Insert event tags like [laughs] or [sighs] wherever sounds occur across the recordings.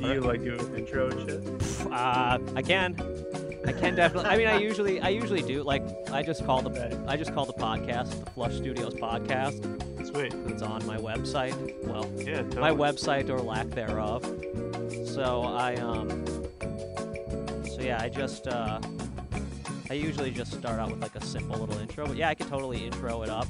you like do an intro and shit? Uh, I can. I can definitely. I mean, I usually, I usually do. Like, I just call the, I just call the podcast the Flush Studios podcast. Sweet. It's on my website. Well, Yeah. my totally. website or lack thereof. So I, um, so yeah, I just, uh, I usually just start out with like a simple little intro. But yeah, I could totally intro it up.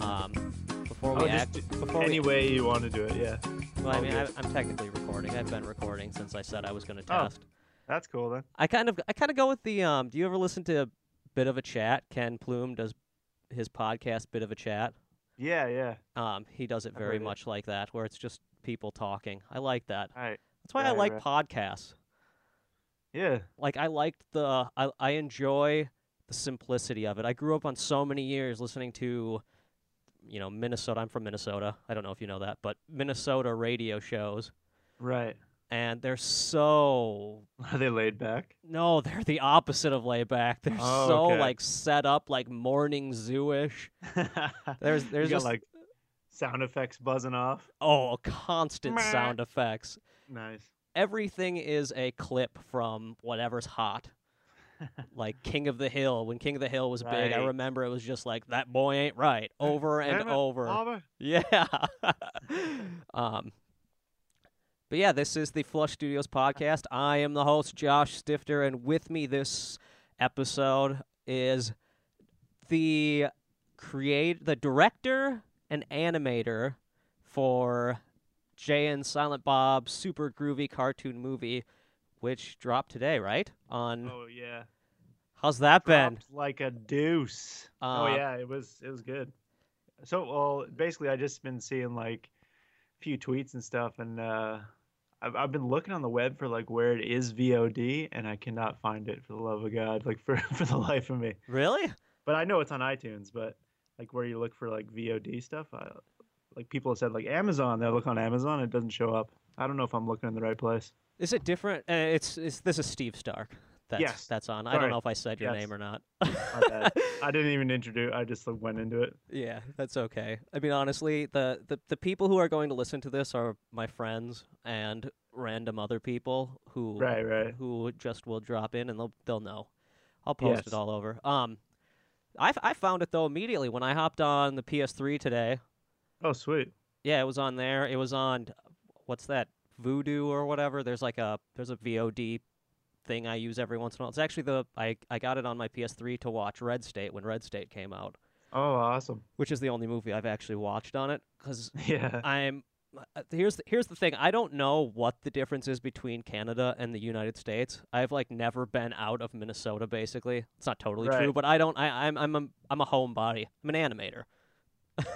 Um, before Oh, we just act, before Any we, way you want to do it, yeah. well, I all mean, I, good. I'm technically recording. I've been recording since I said I was going to Oh. test. That's cool then. I kind of I kind of go with the um. Do you ever listen to Bit of a Chat? Ken Plume does his podcast Bit of a Chat. Yeah, yeah. Um, he does it I've very heard it. much like that, where it's just people talking. I like that. All right. That's why I Right, like right. podcasts. Yeah. Like I liked the I I enjoy the simplicity of it. I grew up on so many years listening to, you know, Minnesota. I'm from Minnesota. I don't know if you know that, but Minnesota radio shows, Right. [laughs] and they're so Are they laid [laughs] back? No, [laughs] they're the opposite of laid back. They're Oh, so okay. like set up like morning zoo-ish. There's you there's got just like sound effects buzzing off. oh constant Meh. sound effects. Nice. Everything is a clip from whatever's [laughs] hot. like King of the Hill. When King of the Hill was big, I Right. remember it was just like that boy ain't right over and Damn it, over. Oliver. Yeah. um But yeah, this is the Flush Studios podcast. I am the host Josh Stifter and with me this episode is the create the director and animator for Jay and Silent Bob super groovy cartoon movie which dropped today, right? On Oh yeah. How's that been? Dropped like a deuce. oh Uh, yeah, it was it was good. So well, basically, I just been seeing like a few tweets and stuff, and uh, I've I've been looking on the web for like where it is VOD, and I cannot find it for the love of God, like [laughs] for for the life of me. Really? But I know it's on iTunes, but like where you look for like VOD stuff, I, like people have said like Amazon. They look on Amazon, it doesn't show up. I don't know if I'm looking in the right place. Is it different? Uh, it's, it's this is Steve Stark. That's Yes. that's on. I don't Sorry. know if I said your Yes. name or not. My [laughs] bad. I didn't even introduce. I just like, went into it. yeah, that's okay. I mean, honestly, the, the the people who are going to listen to this are my friends and random other people who Right, right. who just will drop in and they'll they'll know. I'll post Yes. it all over. Um, I I found it though immediately when I hopped on the PS3 today. Oh, sweet. Yeah, it was on there. It was on what's that? Voodoo or whatever. There's like a there's a VOD thing I use every once in a while. It's actually the I I got it on my PS3 to watch Red State when Red State came out, Oh, awesome. which is the only movie I've actually watched on it cuz [laughs] Yeah. I'm uh, here's the, here's the thing. I don't know what the difference is between Canada and the United States. I've like never been out of Minnesota basically. It's not totally true, Right. but I don't I I'm I'm a, I'm a homebody. I'm an animator.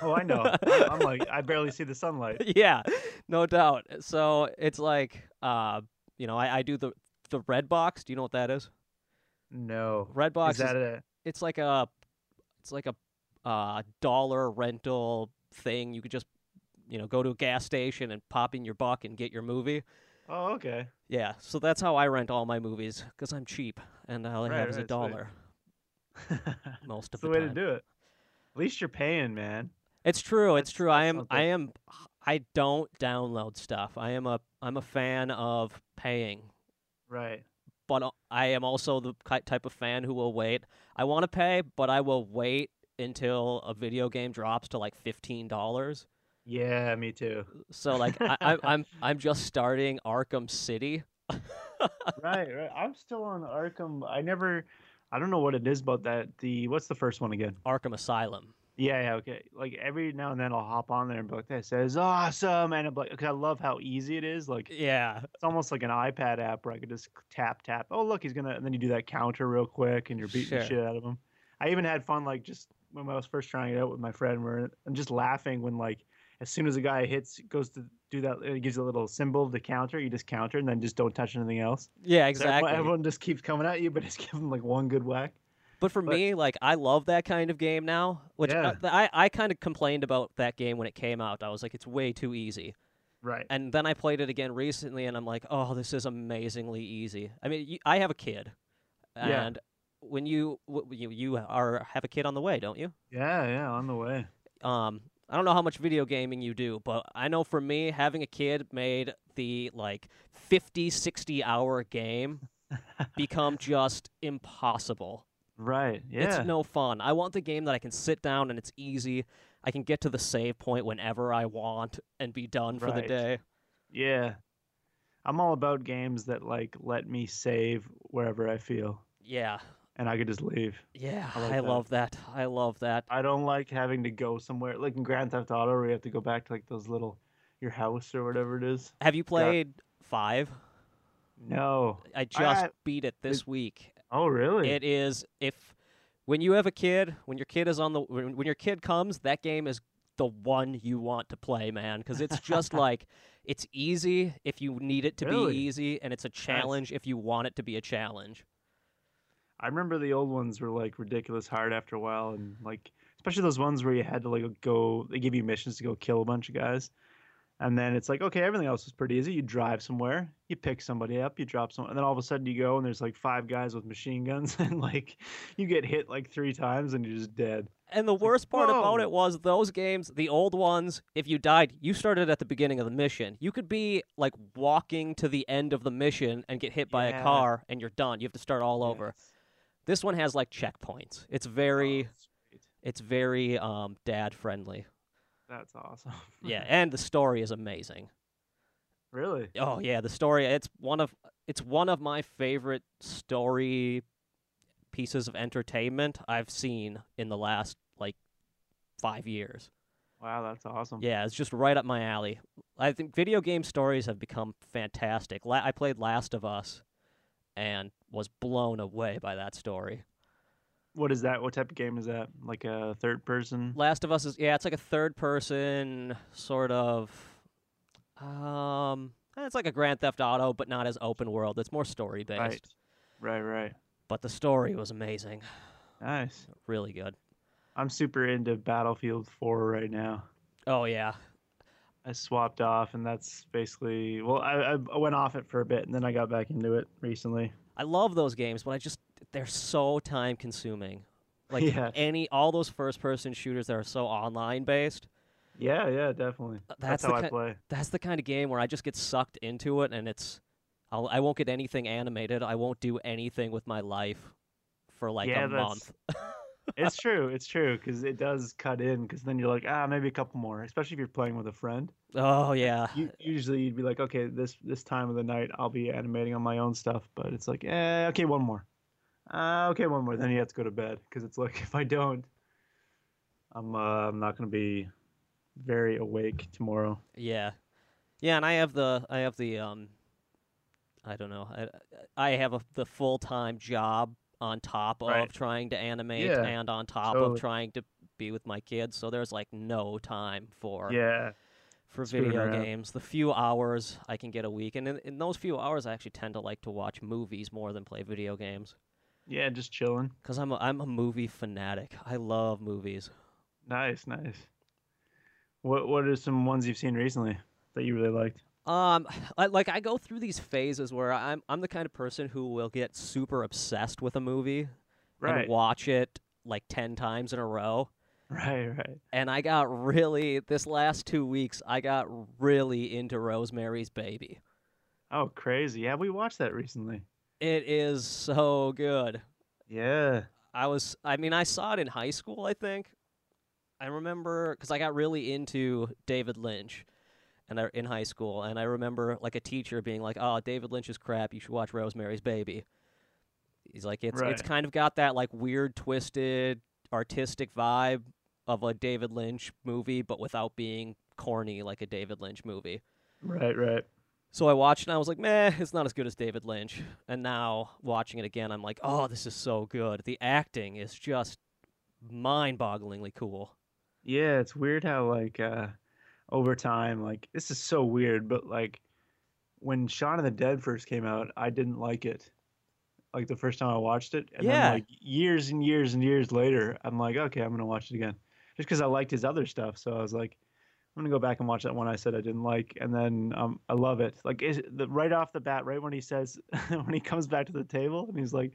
Oh, I know. I'm, I'm like, I barely see the sunlight. [laughs] yeah, no doubt. So it's like, uh, you know, I, I do the the red box. Do you know what that is? No. Red box. Is that is- a it's like a, it's like a, uh, dollar rental thing. You could just, you know, go to a gas station and pop in your buck and get your movie. Oh, okay. [laughs] Yeah. So that's how I rent all my movies because I'm cheap and all I Right, have is a right, sweet. dollar That's most of the the, way to time. do it. At least you're paying, man. It's true. It's That's- true. I that's am. something. I am. I don't download stuff. I am a. I'm a fan of paying Right. but uh, I am also the ki- type of fan who will wait. I want to pay, but I will wait until a video game drops to like fifteen dollars. Yeah, me too. So like I, [laughs] I, I'm I'm just starting Arkham City. right, right. I'm still on Arkham. I never. I don't know what it is about that. The what's the first one again? Arkham Asylum. Yeah, yeah, okay. Like every now and then I'll hop on there and be like, "This is awesome," and I'm like, "Cause I love how easy it is. Like Yeah, it's almost like an iPad app where I could just tap, tap. Oh, look, he's gonna. And then you do that counter real quick, and you're beating Sure. the shit out of him. I even had fun like just when I was first trying it out with my friend, where I'm just laughing when like as soon as a guy hits, goes to do that, it gives you a little symbol to counter. You just counter, and then just don't touch anything else. So yeah, everyone- exactly. everyone just keeps coming at you, but just [laughs] give them like one good whack. but for but- me, like I love that kind of game now. Which Yeah. uh, th- I I kind of complained about that game when it came out. I was like, it's way too easy. Right. And then I played it again recently, and I'm like, oh, this is amazingly easy. I mean, you, I have a kid, Yeah. and when you w- you you are have a kid on the way, don't you? Yeah, yeah. On the way. Um, I don't know how much video gaming you do, but I know for me, having a kid made the like 50, 60 hour game [laughs] become just impossible. Right. Yeah. It's no fun. I want the game that I can sit down and it's easy. I can get to the save point whenever I want and be done for the Right. day. yeah. I'm all about games that like let me save wherever I feel Yeah. and I could just leave. Yeah. I, I like that. love that. I love that. I don't like having to go somewhere like in Grand Theft Auto where you have to go back to like those little your house or whatever it is. Have you played 5? No. I just I- beat it this week Oh really? It is if when you have a kid, when your kid is on the when, when your kid comes, that game is the one you want to play, man, because it's just like it's easy if you need it to Really? be easy, and it's a challenge if you want it to be a challenge. I remember the old ones were like ridiculous hard after a while, and like especially those ones where you had to like go. They give you missions to go kill a bunch of guys, and then it's like okay, everything else is pretty easy. You drive somewhere, you pick somebody up, you drop someone, and then all of a sudden you go and there's like five guys with machine guns, [laughs] and like you get hit like three times and you're just dead. And the worst part about whoa. it was those games, the old ones, if you died, you started at the beginning of the mission. You could be like walking to the end of the mission and get hit by a Yeah. car and you're done. You have to start all over. Yes. This one has like checkpoints. It's Oh, very sweet. it's very um, dad friendly. [laughs] That's awesome. yeah, and the story is amazing. [laughs] really. Oh yeah, the story it's one of it's one of my favorite story pieces of entertainment I've seen in the last like 5 years. Wow, that's awesome. Yeah, it's just right up my alley. I think video game stories have become fantastic. La- I played Last of Us and was blown away by that story. What is that? What type of game is that? Like a third person? Last of Us is yeah, it's like a third person sort of um eh, it's like a Grand Theft Auto but not as open world. It's more story based. right. Right. Right. But the story was amazing. Nice. Really good. I'm super into Battlefield 4 right now. Oh yeah. I swapped off, and that's basically well, I, I- I went off it for a bit, and then I got back into it recently. I love those games, but I just they're so time consuming. [laughs] Like Yeah. any all those first person shooters that are so online based. Yeah, yeah, definitely. uh, That's, That's, how the I ki- play. that's the kind of game where I just get sucked into it and it's I'll, I won't get anything animated. I won't do anything with my life for like Yeah, a that's- month. [laughs] It's true, it's true, because it does cut in. Because then you're like, ah, maybe a couple more, especially if you're playing with a friend. Oh yeah. You, usually, you'd be like, okay, this this time of the night, I'll be animating on my own stuff. But it's like, eh, okay, one more. Uh, okay, one more. Then you have to go to bed because it's like, [laughs] if I don't, I'm uh, I'm not gonna be very awake tomorrow. Yeah, yeah, and I have the I have the um, I don't know, I I have a, the full time job on top of Right. trying to animate Yeah, and on top totally. of trying to be with my kids. So there's like no time for Yeah. for screwing video around. games. The few hours I can get a week, and in, in those few hours, I actually tend to like to watch movies more than play video games Yeah, just chilling. because I'm a, I'm a movie fanatic. I love movies. Nice, nice. What What are some ones you've seen recently that you really liked? Um, I, like I go through these phases where I'm I'm the kind of person who will get super obsessed with a movie and Right, watch it like ten times in a row. [laughs] right, right. And I got really this last two weeks. I got really into Rosemary's Baby. Oh, crazy! Yeah, we watched that recently. It is so good. Yeah, I was I mean I saw it in high school I think. I remember because I got really into David Lynch, and I, in high school, and I remember like a teacher being like, "Oh, David Lynch is crap. You should watch Rosemary's Baby." He's like, "It's it's Right. kind of got that like weird, twisted, artistic vibe of a David Lynch movie, but without being corny like a David Lynch movie." right, right. So I watched and I was like, meh, it's not as good as David Lynch. And now watching it again, I'm like, oh, this is so good. The acting is just mind bogglingly cool. [laughs] Yeah, it's weird how like uh, over time, like this is so weird, but like when Shaun of the Dead first came out, I didn't like it. Like the first time I watched it, and Yeah. then like years and years and years later, I'm like, okay, I'm gonna watch it again, just because I liked his other stuff. So I was like, I'm gonna go back and watch that one I said I didn't like, and then um, I love it. Like is the, right off the [laughs] bat, right when he says when he comes back to the table and he's like,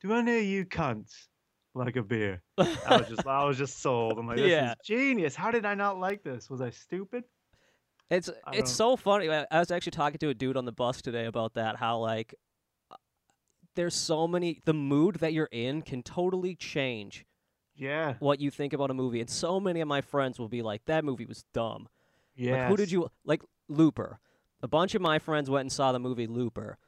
"Do any of you cunts like a beer. I was just I was just sold. I'm like, this Yeah. is genius. How did I not like this? Was I stupid? It's I it's so funny. I I was actually talking to a dude on the bus today about that. How like uh, there's so many the mood that you're in can totally change Yeah. what you think about a movie. And so many of my friends will be like, "That movie was dumb." Yeah. Like, who did you like? Looper. A bunch of my friends went and saw the movie Looper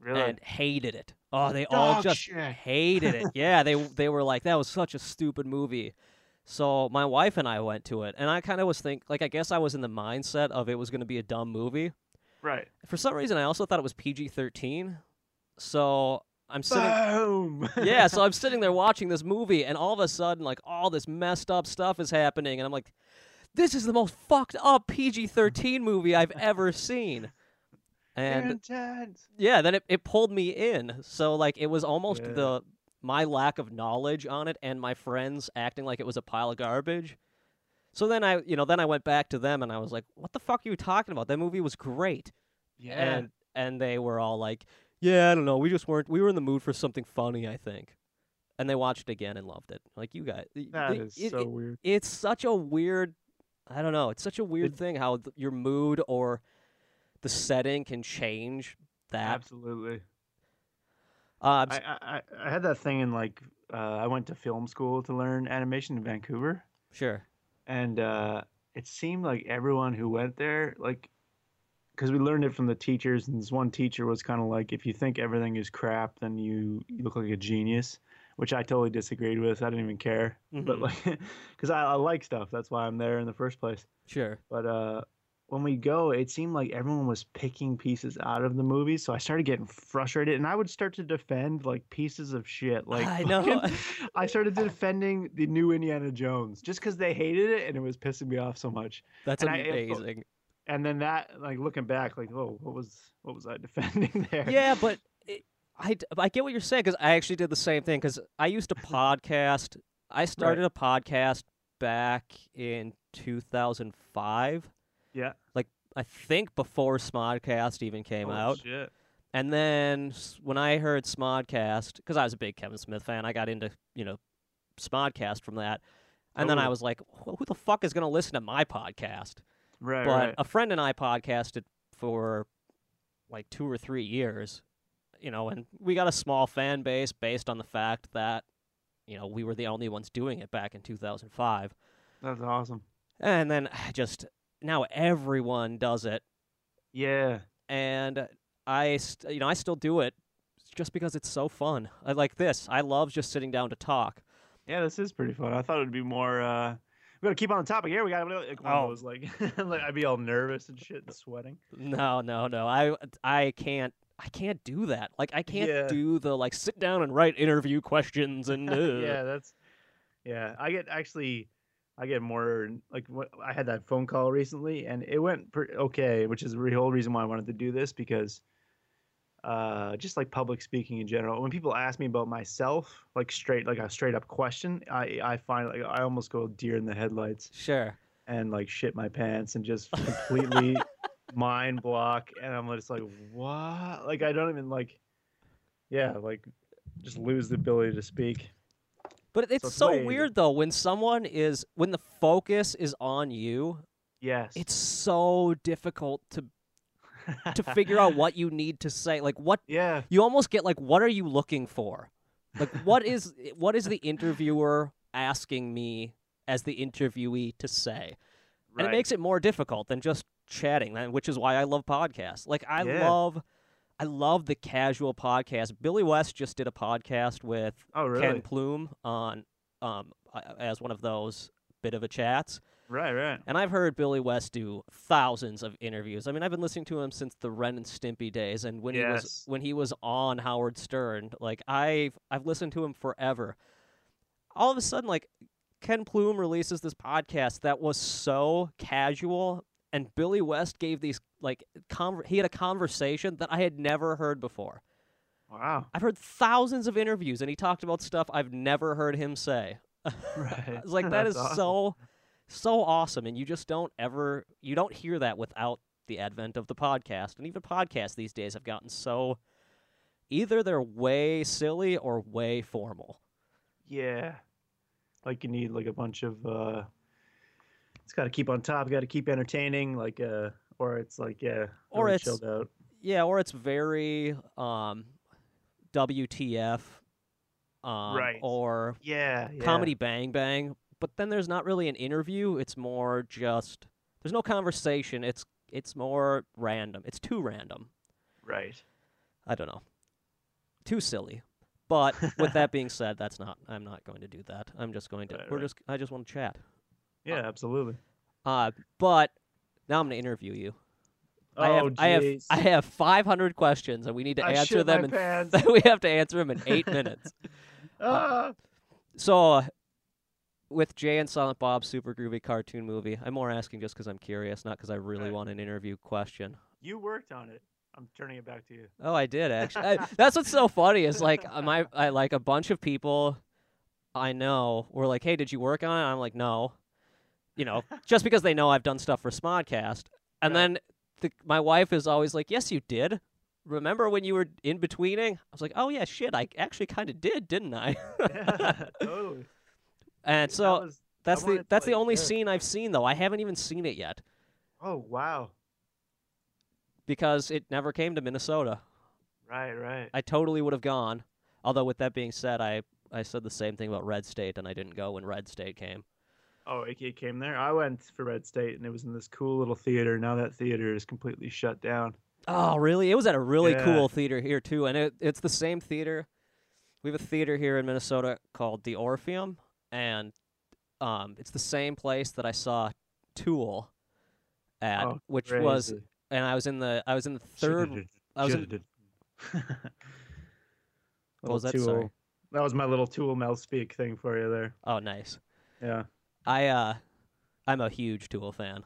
really? and hated it. Oh, they all Dog just shit. hated it. yeah, they they were like, that was such a stupid movie. So my wife and I went to it, and I kind of was think like I guess I was in the mindset of it was going to be a dumb movie. Right. For some reason, I also thought it was PG thirteen. So I'm sitting. Boom. [laughs] [laughs] yeah, so I'm sitting there watching this movie, and all of a sudden, like all this messed up stuff is happening, and I'm like, "This is the most fucked up PG-13 movie I've ever seen." And intense. yeah, then it, it pulled me in. So like it was almost Yeah. the my lack of knowledge on it and my friends acting like it was a pile of garbage. So then I you know, then I went back to them and I was like, What the fuck are you talking about? That movie was great. Yeah. And and they were all like, Yeah, I don't know, we just weren't we were in the mood for something funny, I think. And they watched it again and loved it. Like you guys the- that the- is it- so it- weird. it's such a weird i don't know it's such a weird thing how th- your mood or the setting can change that Absolutely. uh, I, I I- I had that thing in like uh, I went to film school to learn animation in Vancouver. sure and uh, it seemed like everyone who went there, like, because we learned it from the teachers, and this one teacher was kind of like, if you think everything is crap, then you, you look like a genius, which I totally disagreed with. I didn't even care, but Mhm. like, [laughs] because I, I like stuff, that's why I'm there in the first place. sure But uh, when we go, it seemed like everyone was picking pieces out of the movie, so I started getting frustrated, and I would start to defend like pieces of shit. Like [laughs] I know. fucking- [laughs] I started defending the new Indiana Jones just because they hated it and it was pissing me off so much. that's and I- it- amazing [laughs] And then that, like looking back, like oh, what was what was I [laughs] defending there? yeah but it, I, d- I get what you're saying because i actually did the same thing because i used to podcast [laughs] i started a podcast back in 2005 Yeah. i think before smodcast even came Holy out Oh, Shit. And then s- when I heard Smodcast, because I was a big Kevin Smith fan, I got into you know Smodcast from that. And then I Totally. was like, "Wh- who the fuck is going to listen to my podcast? Right. but right. a friend and I podcasted for like two or three years, you know, and we got a small fan base based on the fact that you know we were the only ones doing it back in 2005. That's awesome. And then [sighs] just now everyone does it, Yeah. and I, st- you know, I still do it just because it's so fun. I like this. I love just sitting down to talk. Yeah, this is pretty fun. I thought it'd be more. uh we gotta keep on the topic here. We gotta like, one Oh. of those, like, [laughs] like I'd be all nervous and shit and sweating. No, no, no. I, I can't. I can't do that. Like I can't Yeah. do the like sit down and write interview questions and [laughs] [laughs] uh, yeah, that's yeah. I get actually, I get more like wh- I had that phone call recently, and it went pre- okay, which is the whole reason why I wanted to do this because, uh, just like public speaking in general, when people ask me about myself, like straight like a straight up question, I I find like I almost go deer in the headlights Sure. and like shit my pants and just completely mind block, and I'm just like what? Like I don't even like, yeah, like just lose the ability to speak. But it's so, it's way- weird though when someone is when the focus is on you, Yes. [laughs] it's so difficult to to figure out what you need to say. Like what Yeah. you almost get like what are you looking for like what is what is the interviewer asking me as the interviewee to say and it makes it more difficult than just chatting and which is why i love podcasts like i Yeah. love i love the casual podcast billy west just did a podcast with oh really ken plume on um a- as one of those bit of a chats right right and I've heard Billy West do thousands of interviews. I mean, I've been listening to him since the Ren and Stimpy days, and when he was Yes. when he was on Howard Stern, like I've I've listened to him forever. All of a sudden, like Ken Plume releases this podcast that was so casual, and Billy West gave these like conver- he had a conversation that I had never heard before. [laughs] wow I've heard thousands of interviews, and he talked about stuff I've never heard him say. [laughs] right It's like that That's is awesome. so so awesome and you just don't ever you don't hear that without the advent of the podcast. And even podcasts these days have gotten so either they're way silly or way formal. Yeah. Like you need like a bunch of uh it's gotta keep on top, gotta keep entertaining, like uh or it's like yeah, Or really it's- chilled out. Yeah, or it's very um, WTF, um, Right. or Yeah, yeah. comedy bang bang. But then there's not really an interview. It's more just there's no conversation. It's it's more random. It's too random. Right. I don't know. Too silly. But with that being said, that's not. I'm not going to do that. I'm just going to. Right, we're right. just. I just want to chat. Yeah, absolutely. Uh, but now I'm going to interview you. I oh have, I have jeez. I have 500 questions, and we need to I answer shit them. my In, [laughs] pants. [laughs] we have to answer them in eight minutes. ah, So, uh, with Jay and Silent Bob, super groovy cartoon movie. I'm more asking just because I'm curious, not because I really Right. want an interview question. you worked on it. I'm turning it back to you. Oh, I did actually. [laughs] I, that's what's so funny is like uh, my I like a bunch of people I know were like, "Hey, did you work on it?" I'm like, "No," [laughs] you know, just because they know I've done stuff for Smodcast, and Right. then the, my wife is always like, "Yes, you did." Remember when you were in betweening? I was like, "Oh yeah, shit, I actually kind of did, didn't I?" [laughs] [laughs] totally. and That so was- that's wanted the to, that's the like, only yeah. scene I've seen though. I haven't even seen it yet oh wow. because it never came to Minnesota. Right, right. I totally would have gone. Although with that being said, I I said the same thing about Red State, and I didn't go when Red State came. Oh, it, it came there. I went for Red State, and it was in this cool little theater. Now that theater is completely shut down. Oh, really? It was at a really Yeah. cool theater here too, and it, it's the same theater. We have a theater here in Minnesota called the Orpheum, and um, it's the same place that I saw Tool at, Oh, which was, and I was in the I was in the third. [laughs] I was in, [laughs] was that? Tool. Sorry. That was my little Tool mouth speak thing for you there. oh, nice. Yeah, I uh, I'm a huge Tool fan.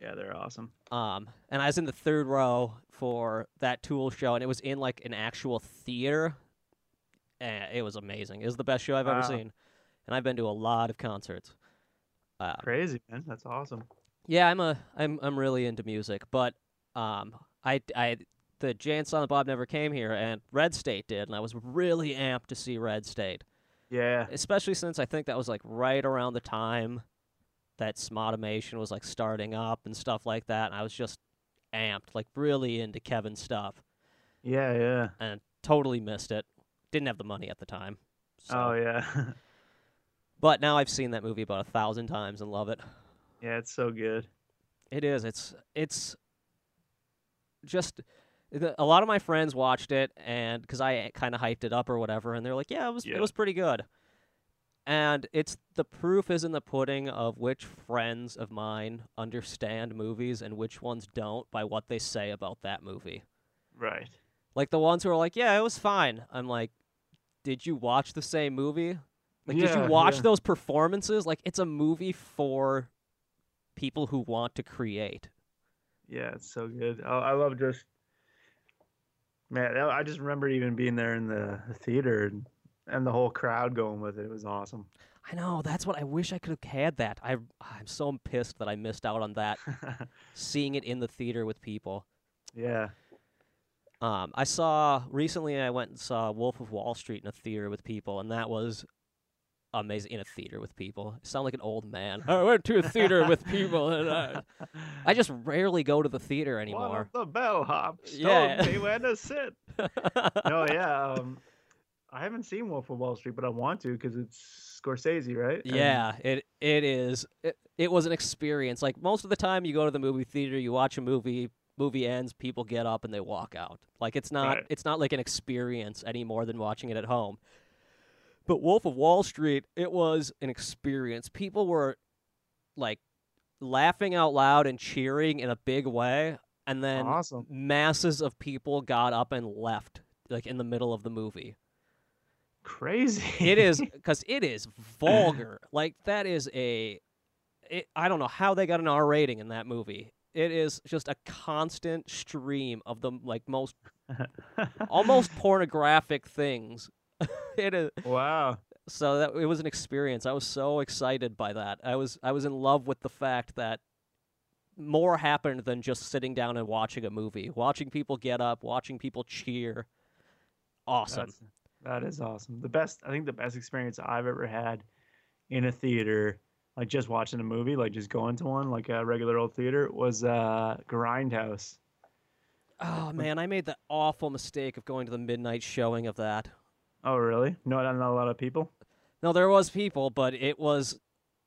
yeah, they're awesome. Um, and I was in the third row for that Tool show, and it was in like an actual theater. And it was amazing. It was the best show I've ever Wow. seen, and I've been to a lot of concerts. Uh, Crazy man, that's awesome. yeah, I'm a I'm I'm really into music, but um, I I the Jay and Silent Bob never came here, and Red State did, and I was really amped to see Red State, Yeah, especially since I think that was like right around the time that Smodimation was like starting up and stuff like that, and I was just amped, like really into Kevin's stuff. yeah, yeah. and totally missed it. Didn't have the money at the time. So. Oh yeah, [laughs] But now I've seen that movie about a thousand times and love it. yeah. It's so good. It is. It's it's just the, a lot of my friends watched it and because I kind of hyped it up or whatever, and they're like, "Yeah, it was Yeah. it was pretty good." And it's the proof is in the pudding of which friends of mine understand movies and which ones don't by what they say about that movie. Right. Like the ones who are like, yeah, it was fine. I'm like, did you watch the same movie? Like, did Yeah, you watch yeah. those performances? Like, it's a movie for people who want to create. Yeah, it's so good. Oh, I, I love just man. I I just remember even being there in the theater and, and the whole crowd going with it. It was awesome. [laughs] I know that's what I wish I could have had. That I I'm so pissed that I missed out on that seeing it in the theater with people. yeah. Um, I saw recently. I went and saw Wolf of Wall Street in a theater with people, and that was amazing. In a theater with people, I sound like an old man. [laughs] I went to a theater with people, and [laughs] [laughs] uh, I, I just rarely go to the theater One anymore. of the bellhops Yeah. [laughs] told me where to sit. no, yeah. Um, I haven't seen Wolf of Wall Street, but I want to because it's Scorsese, right? And- yeah, it it is. It, it was an experience. Like most of the time, you go to the movie theater, you watch a movie. Movie ends, people get up and they walk out. Like it's not Right. it's not like an experience any more than watching it at home. But Wolf of Wall Street, it was an experience. People were like laughing out loud and cheering in a big way, and then awesome. masses of people got up and left like in the middle of the movie. Crazy. [laughs] It is because it is vulgar. Like that is a, it, I don't know how they got an R rating in that movie. It is just a constant stream of the like most [sighs] almost pornographic things. [laughs] it is Wow. so that it was an experience. I was so excited by that. I was I was in love with the fact that more happened than just sitting down and watching a movie. Watching people get up, watching people cheer. Awesome. That's, That is awesome. The best, I think, the best experience I've ever had in a theater, like just watching a movie, like just going to one, like a regular old theater, was uh, Grindhouse. Oh man, I made the awful mistake of going to the midnight showing of that. Oh, really? No, not not a lot of people. No, there was people, but it was,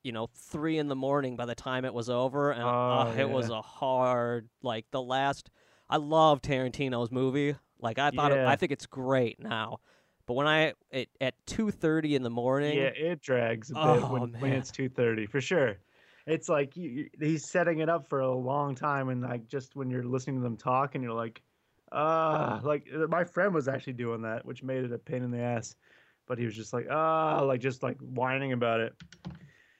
you know, three in the morning by the time it was over, and Oh, uh, it was yeah. a hard like the last. I love Tarantino's movie. Like I thought, it, Yeah. I think it's great now, but when I it, at two thirty in the morning, Yeah, it drags a bit Oh, when, when man. it's two thirty for sure. It's like you, you- he's setting it up for a long time, and like just when you're listening to them talk, and you're like, ah, like uh, my friend was actually doing that, which made it a pain in the ass. But he was just like, ah, like just like whining about it.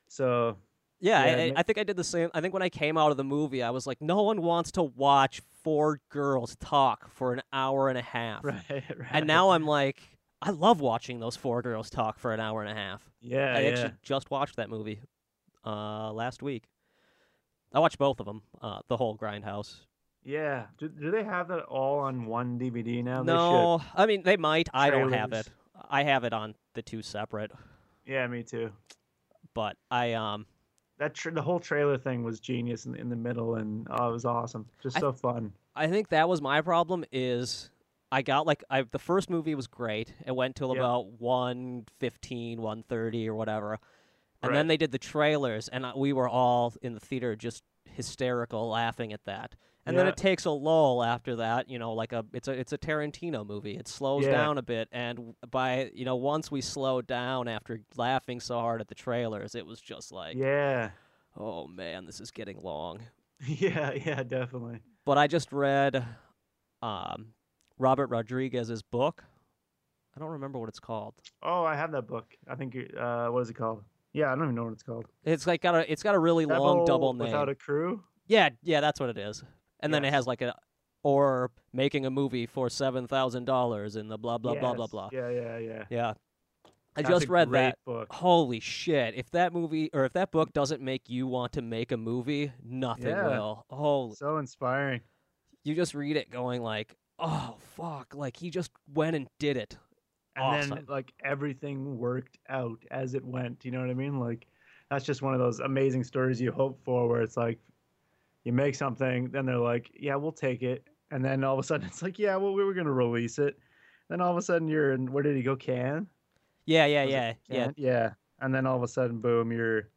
So [laughs] Yeah, I- Yeah, I, ma- I think I did the same. I think when I came out of the movie, I was like, no one wants to watch four girls talk for an hour and a half. right, right. [laughs] And now I'm like, I love watching those four girls talk for an hour and a half. yeah, I yeah. actually just watched that movie uh, last week. I watched both of them, uh, the whole Grindhouse. Yeah. Do, do they have that all on one DVD now? no, I mean, they might. I don't have Trailers. it. I have it on the two separate, They should. Yeah, me too. but I um That tr the whole trailer thing was genius in, in the middle, and oh, it was awesome. Just I- so fun. I think that was my problem. Is I got like I the first movie was great. It went till Yeah. about 115, 130 or whatever, and Right. then they did the trailers, and I- we were all in the theater just hysterical laughing at that. And then Yeah. it takes a lull after that. You know, like a it's a it's a Tarantino movie. It slows Yeah. down a bit, and by you know once we slowed down after laughing so hard at the trailers, it was just like, yeah, [laughs] oh man, this is getting long. yeah, yeah, definitely. but I just read um, Robert Rodriguez's book. I don't remember what it's called. Oh, I have that book. I think you- uh, what is it called? Yeah, I don't even know what it's called. It's like got a it's got a really long double name. without a crew. Yeah, yeah, that's what it is. And then it Yes. has like a or making a movie for seven thousand dollars in the blah blah blah blah Yes. blah. Yeah, yeah, yeah. Yeah, I That's just a read great that. book. Holy shit! If that movie or if that book doesn't make you want to make a movie, nothing Yeah. will. Holy So inspiring. you just read it going like, oh fuck! Like he just went and did it. and Awesome. then like everything worked out as it went. You know what I mean? Like that's just one of those amazing stories you hope for, where it's like you make something, then they're like, "Yeah, we'll take it," and then all of a sudden [laughs] it's like, "Yeah, well, we were gonna release it," then all of a sudden you're in where did he go? Can? Yeah, yeah, Was it yeah, yeah. Can? yeah. And then all of a sudden, boom, you're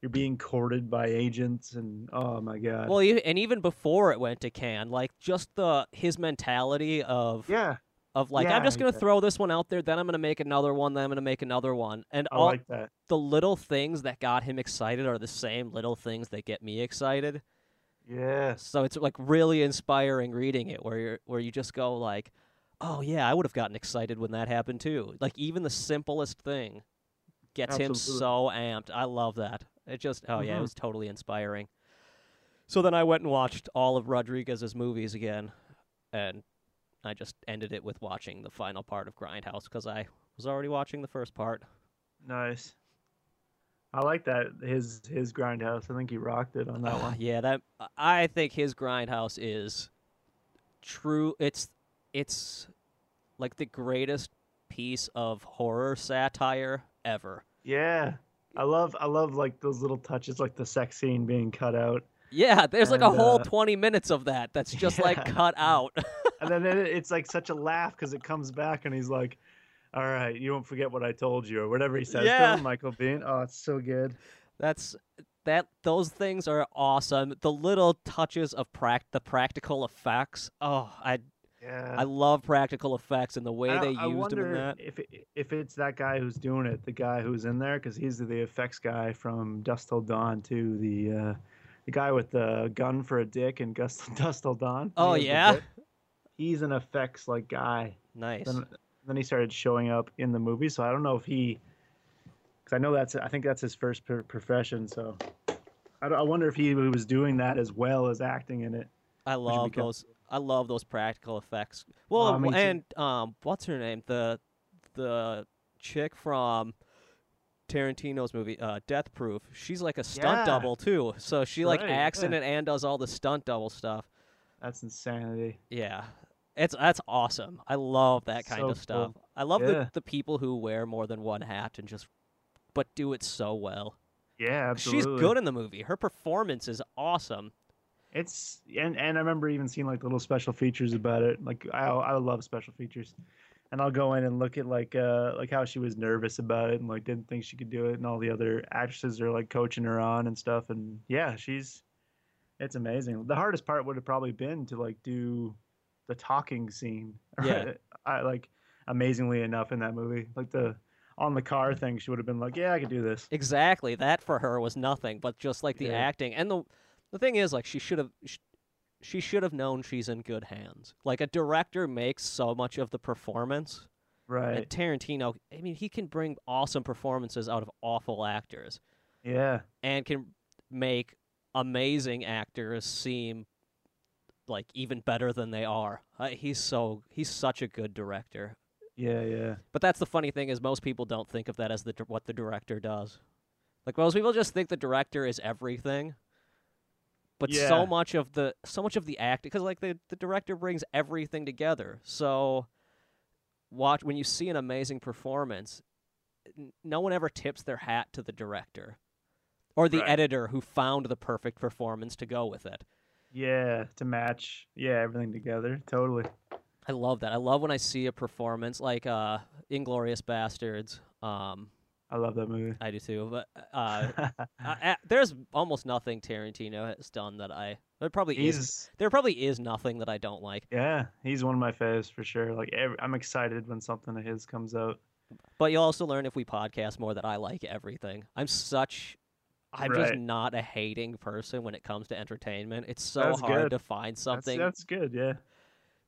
you're being courted by agents, and oh my god. Well, e- and even before it went to Cannes, like just the his mentality of yeah, of like I'm yeah, just gonna yeah. throw this one out there, then I'm gonna make another one, then I'm gonna make another one, and I all like that. the little things that got him excited are the same little things that get me excited. Yeah, So it's like really inspiring reading it, where you're where you just go like, oh yeah, I would have gotten excited when that happened too. Like even the simplest thing gets him Absolutely. so amped. I love that. It just oh yeah, it Mhm. was totally inspiring. So then I went and watched all of Rodriguez's movies again, and I just ended it with watching the final part of Grindhouse because I was already watching the first part. nice. I like that his his grindhouse. I think he rocked it on that Ah, one. Yeah, that I think his grindhouse is true. It's it's like the greatest piece of horror satire ever. Yeah. I love I love like those little touches like the sex scene being cut out. Yeah, there's like a And, whole uh, 20 minutes of that that's [laughs] just like Yeah. cut out. And then it, it's like such a laugh cuz it comes back and he's like, "All right, you won't forget what I told you" or whatever he says Yeah. to him, Michael Bean. Oh, it's so good. That's that those things are awesome. The little touches of prac the practical effects. Oh, I Yeah. I love practical effects and the way Uh, I- they I used them wonder in that. if it, if it's that guy who's doing it, the guy who's in there cuz he's the effects guy from Dust Till Dawn to the uh the guy with the gun for a dick in Gust- [laughs] Dust Till Dawn. Oh He was the yeah. bit. He's an effects like guy. Nice. then then he started showing up in the movie. So I don't know if he, because I know that's I think that's his first pr- profession. So I, don't- I wonder if he was doing that as well as acting in it. I love become- those. I love those practical effects. Well, Oh, me too. and um, what's her name? The the chick from Tarantino's movie uh, Death Proof. She's like a stunt Yeah. double too. So she like Right, acts in yeah. it and does all the stunt double stuff. That's insanity. Yeah, It's that's awesome. I love that kind So of stuff. cool. I love Yeah. the, the people who wear more than one hat and just but do it so well. Yeah, absolutely. She's good in the movie. Her performance is awesome. It's and and I remember even seeing like little special features about it. Like I I love special features, and I'll go in and look at like uh like how she was nervous about it and like didn't think she could do it, and all the other actresses are like coaching her on and stuff. And yeah, she's it's amazing. The hardest part would have probably been to like do the talking scene. [laughs] Yeah. I like amazingly enough in that movie, like the on the car thing, she would have been like, yeah, I could do this. Exactly. That for her was nothing but just like the Yeah. acting. And the the thing is like she should have sh- she should have known she's in good hands. Like a director makes so much of the performance. And Right. Tarantino, I mean, he can bring awesome performances out of awful actors. Yeah. and can make amazing actors seem like even better than they are. Uh, he's so he's such a good director. Yeah. Yeah. But that's the funny thing is most people don't think of that as the dir- what the director does. Like most people just think the director is everything. But Yeah. so much of the so much of the act because like the the director brings everything together. So watch when you see an amazing performance, n- no one ever tips their hat to the director or the Right. editor who found the perfect performance to go with it. Yeah, to match. Yeah, everything together. Totally. I love that. I love when I see a performance like uh Inglorious Bastards. Um I love that movie. I do too, but uh [laughs] [sighs] Uh, uh, there's almost nothing Tarantino has done that I there probably is he's there probably is nothing that I don't like. yeah, he's one of my faves for sure. Like every, I'm excited when something of his comes out. But you'll also learn if we podcast more that I like everything. I'm such I'm just Right. not a hating person when it comes to entertainment. It's so That's hard good. to find That's, something. that's good. Yeah,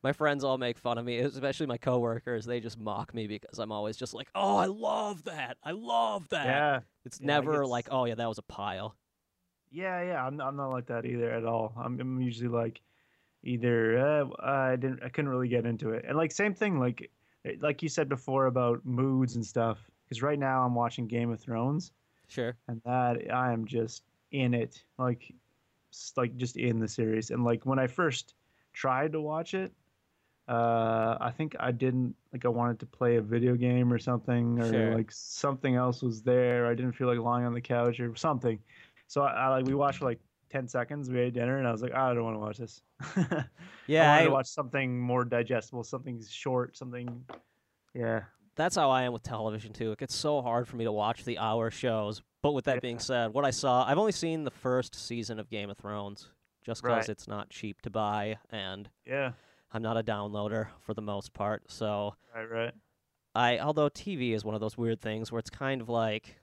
My friends all make fun of me, especially my coworkers. They just mock me because I'm always just like, "Oh, I love that. I love that." yeah, It's Yeah, like never it's- like, "Oh, yeah, that was a pile." yeah, yeah. I'm I'm not like that either at all. I'm, I'm usually like either uh, I didn't I couldn't really get into it, and like same thing like like you said before about moods and stuff. Because right now I'm watching Game of Thrones, Sure. and that I am just in it, like, s- like just in the series. And like when I first tried to watch it, uh, I think I didn't like I wanted to play a video game or something, or Sure. like something else was there. I didn't feel like lying on the couch or something. So I, I like we watched for like ten seconds. We ate dinner, and I was like, I don't want to watch this. [laughs] I Yeah, wanted I- to watch something more digestible, something short, something. Yeah. that's how I am with television too. It gets so hard for me to watch the hour shows. But with that Yeah. being said, what I saw, I've only seen the first season of Game of Thrones just because Right. it's not cheap to buy and Yeah. I'm not a downloader for the most part. So Right. Right. I although TV is one of those weird things where it's kind of like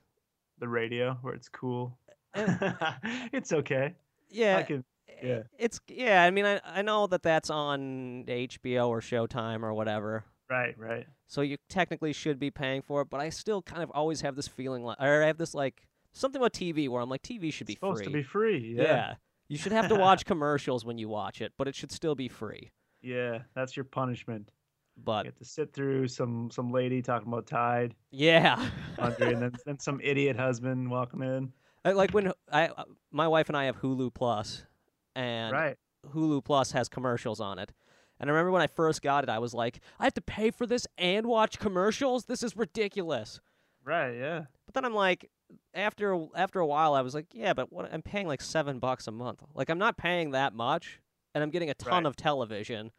The radio where it's cool. Eh. [laughs] it's okay. I yeah, can i- yeah. it's yeah, I mean I I know that that's on HBO or Showtime or whatever. Right, right. So you technically should be paying for it, but I still kind of always have this feeling like or I have this like something about TV where I'm like TV should It's be supposed free. to be free. Yeah. Yeah. You should have to watch commercials when you watch it, but it should still be free. yeah, That's your punishment. You But have to sit through some some lady talking about Tide, yeah. laundry, and then, then some idiot husband walking in. I- like when I uh, my wife and I have Hulu Plus and right. Hulu Plus has commercials on it. And I remember when I first got it, I was like, I have to pay for this and watch commercials? This is ridiculous. Right. Yeah. But then I'm like after a- after a while I was like, yeah, but what I'm paying like 7 bucks a month. Like I'm not paying that much and I'm getting a ton Right. of television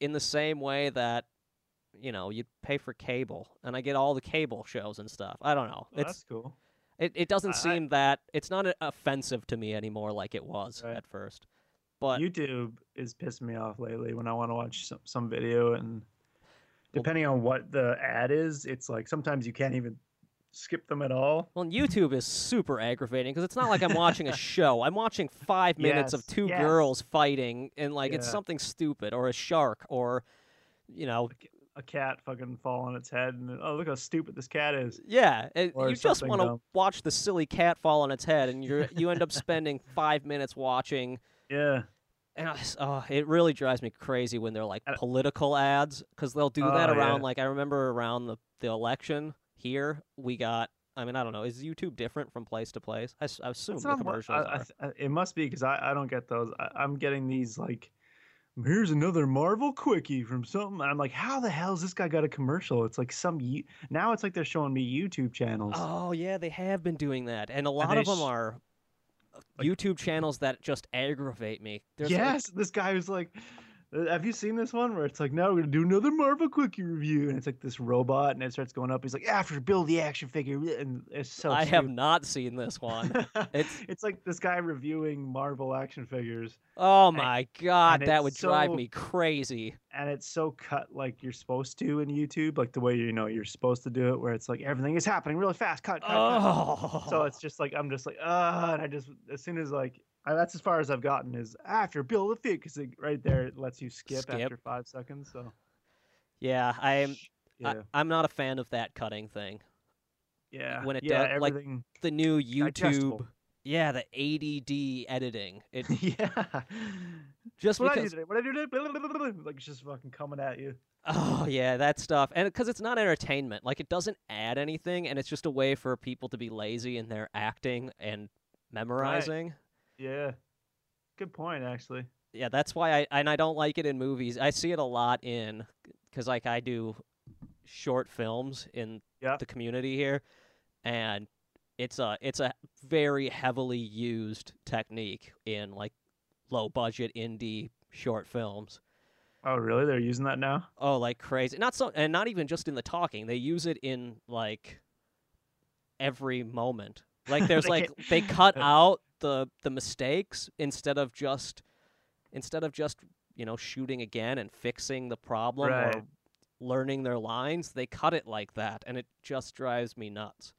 in the same way that you know, you pay for cable and I get all the cable shows and stuff. I don't know. Well, it's that's cool. it, it doesn't I- I- seem that it's not a- offensive to me anymore like it was Right. at first. But YouTube is pissing me off lately when I want to watch some, some video and depending on what the ad is, it's like sometimes you can't even skip them at all. Well, and YouTube is super aggravating because it's not like I'm [laughs] watching a show. I'm watching five minutes of Yes, two yes. girls fighting, and like it's Yeah. something stupid or a shark or, you know, A cat fucking fall on its head and oh look how stupid this cat is. yeah. it- Or you just something want to dumb. watch the silly cat fall on its head, [laughs] and you you end up spending five minutes watching. Yeah. And I s- oh, it really drives me crazy when they're like And- political ads because they'll do that Uh, Oh, around yeah. like I remember around the the election here we got. I mean, I don't know. Is YouTube different from place to place? I, s- I assume That's the not what- commercials I- uh, I are. th- I- it must be because I, I don't get those. I, I'm getting these like here's another Marvel quickie from something. And I'm like, how the hell's this guy got a commercial? It's like some you- now it's like they're showing me YouTube channels. Oh yeah, they have been doing that, and a lot they of them sh- are uh, like- YouTube channels that just aggravate me. There's like- yes, this guy was like, "Uh, have you seen this one where it's like, now we're gonna do another Marvel quickie review, and it's like this robot, and it starts going up. He's like, after build the action figure, and it's so. I have stupid. not seen [laughs] this one. it's It's- it's like this guy reviewing Marvel action figures, Oh my god, and that it's would drive so- [laughs] me crazy. and it's so cut like you're supposed to in YouTube, like the way you know you're supposed to do it, where it's like everything is happening really fast, cut, cut, cut. Oh, So it's just like I'm just like ah, and I just as soon as like I, that's as far as I've gotten is after build a fit because right there it lets you skip, Skip. after five seconds. So yeah, I am. yeah, I, am not a fan of that cutting thing. yeah, when it yeah, does, like, everything. The new YouTube, Digestible. [laughs] yeah, the ADD editing. It [laughs] yeah, just what I do because. today, what I do today, blah, blah, blah, blah, blah, like it's just fucking coming at you. Oh yeah, that stuff, and because it's not entertainment, like it doesn't add anything, and it's just a way for people to be lazy in their acting and memorizing. Yeah, good point actually. yeah that's why i and i don't like it in movies i see it a lot in because like i do short films in Yeah. the community here and it's a it's a very heavily used technique in like low budget indie short films Oh really? They're using that now. oh like crazy not so and not even just in the talking they use it in like every moment like there's They like can't- they cut Uh, out the the mistakes instead of just instead of just you know shooting again and fixing the problem Right. or learning their lines they cut it like that and it just drives me nuts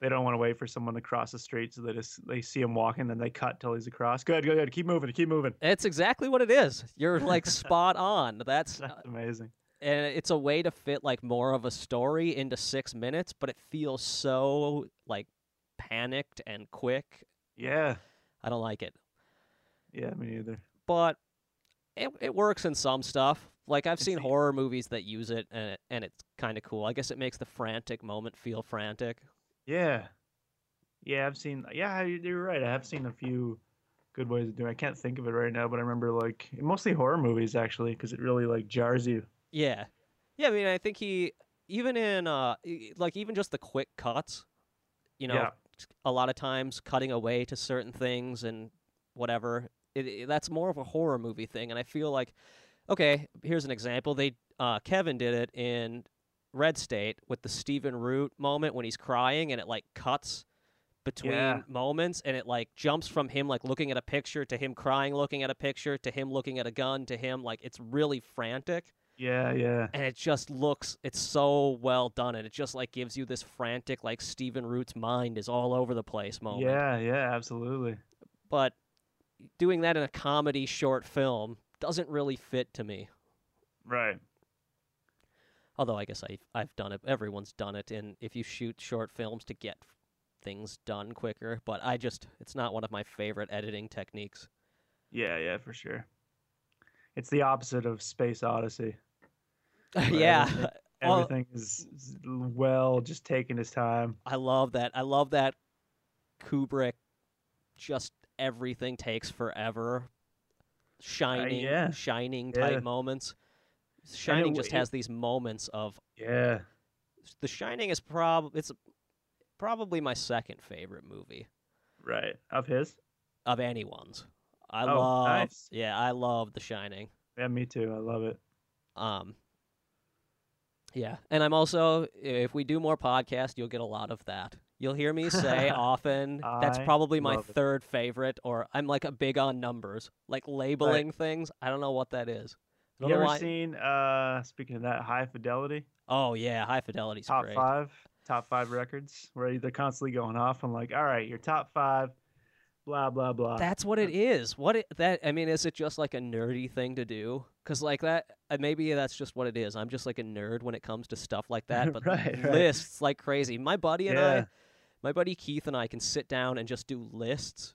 they don't want to wait for someone to cross the street, so they just they see him walking, then they cut till he's across. Good, good, good. Keep moving, keep moving. it's exactly what it is you're like spot on that's That's amazing. and it's a way to fit like more of a story into six minutes, but it feels so like panicked and quick. Yeah, I don't like it, yeah, me neither. but it it works in some stuff. Like I've It's seen the- horror movies that use it, and it, and it's kind of cool. I guess it makes the frantic moment feel frantic. Yeah, yeah, I've seen. Yeah, you- you're right. I have seen a few good ways of doing. It. I can't think of it right now, but I remember like mostly horror movies actually, because it really like jars you. Yeah, yeah. I mean, I think he even in uh e- like even just the quick cuts, you know, Yeah. a lot of times cutting away to certain things and whatever. It, it- that's more of a horror movie thing, and I feel like, okay, here's an example. They uh, Kevin did it in Red State with the Stephen Root moment when he's crying, and it like cuts between Yeah. moments, and it like jumps from him like looking at a picture to him crying, looking at a picture to him looking at a gun to him like it's really frantic Yeah, yeah, and it just looks it's so well done and it just like gives you this frantic like Stephen Root's mind is all over the place moment. yeah, yeah. Absolutely. But doing that in a comedy short film doesn't really fit to me. Right. Although I guess I I've done it everyone's done it and if you shoot short films to get things done quicker, but I just it's not one of my favorite editing techniques. Yeah, yeah, for sure. It's the opposite of Space Odyssey. yeah. All- Everything is is well, just taking his time. I love that. I love that Kubrick just everything takes forever. Shining, yeah. shining Yeah. type moments. Shining just w- has these moments of Yeah. The Shining is prob it's probably my second favorite movie Right. Of his? of anyone's. I Oh, love nice. Yeah, I love The Shining. Yeah, me too. I love it. Um Yeah, and I'm also if we do more podcasts, you'll get a lot of that. You'll hear me [laughs] say often that's I probably my love it. third favorite or I'm like a big on numbers, like labeling things. I don't know what that is. I don't You know ever why- seen uh speaking of that, high fidelity? Oh yeah, high fidelity's top great. five. Top five records where they're constantly going off and like, all right, your top five, blah, blah, blah. [laughs] That's what it is. What it, that I mean, is it just like a nerdy thing to do? Because like that, uh, maybe that's just what it is. I'm just like a nerd when it comes to stuff [laughs] like that. But Right, right. lists like crazy. My buddy and Yeah. I, my buddy Keith and I, can sit down and just do lists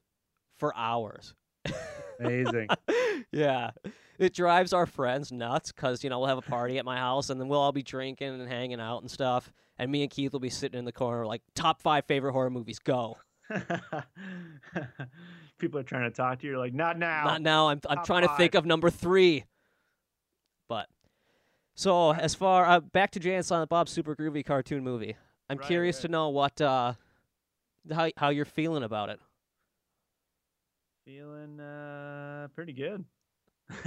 for hours. [laughs] Amazing. [laughs] yeah, it drives our friends nuts because you know we'll have a party at my house and then we'll all be drinking and hanging out and stuff. And me and Keith will be sitting in the corner like top five favorite horror movies. Go. People are trying to talk to you. You're like, not now. Not now. I'm I'm Top trying to think of number three. So as far uh, back to Jay and Silent Bob Super Groovy cartoon movie, I'm Right, curious right. to know what uh, how how you're feeling about it. Feeling uh, pretty good. [laughs]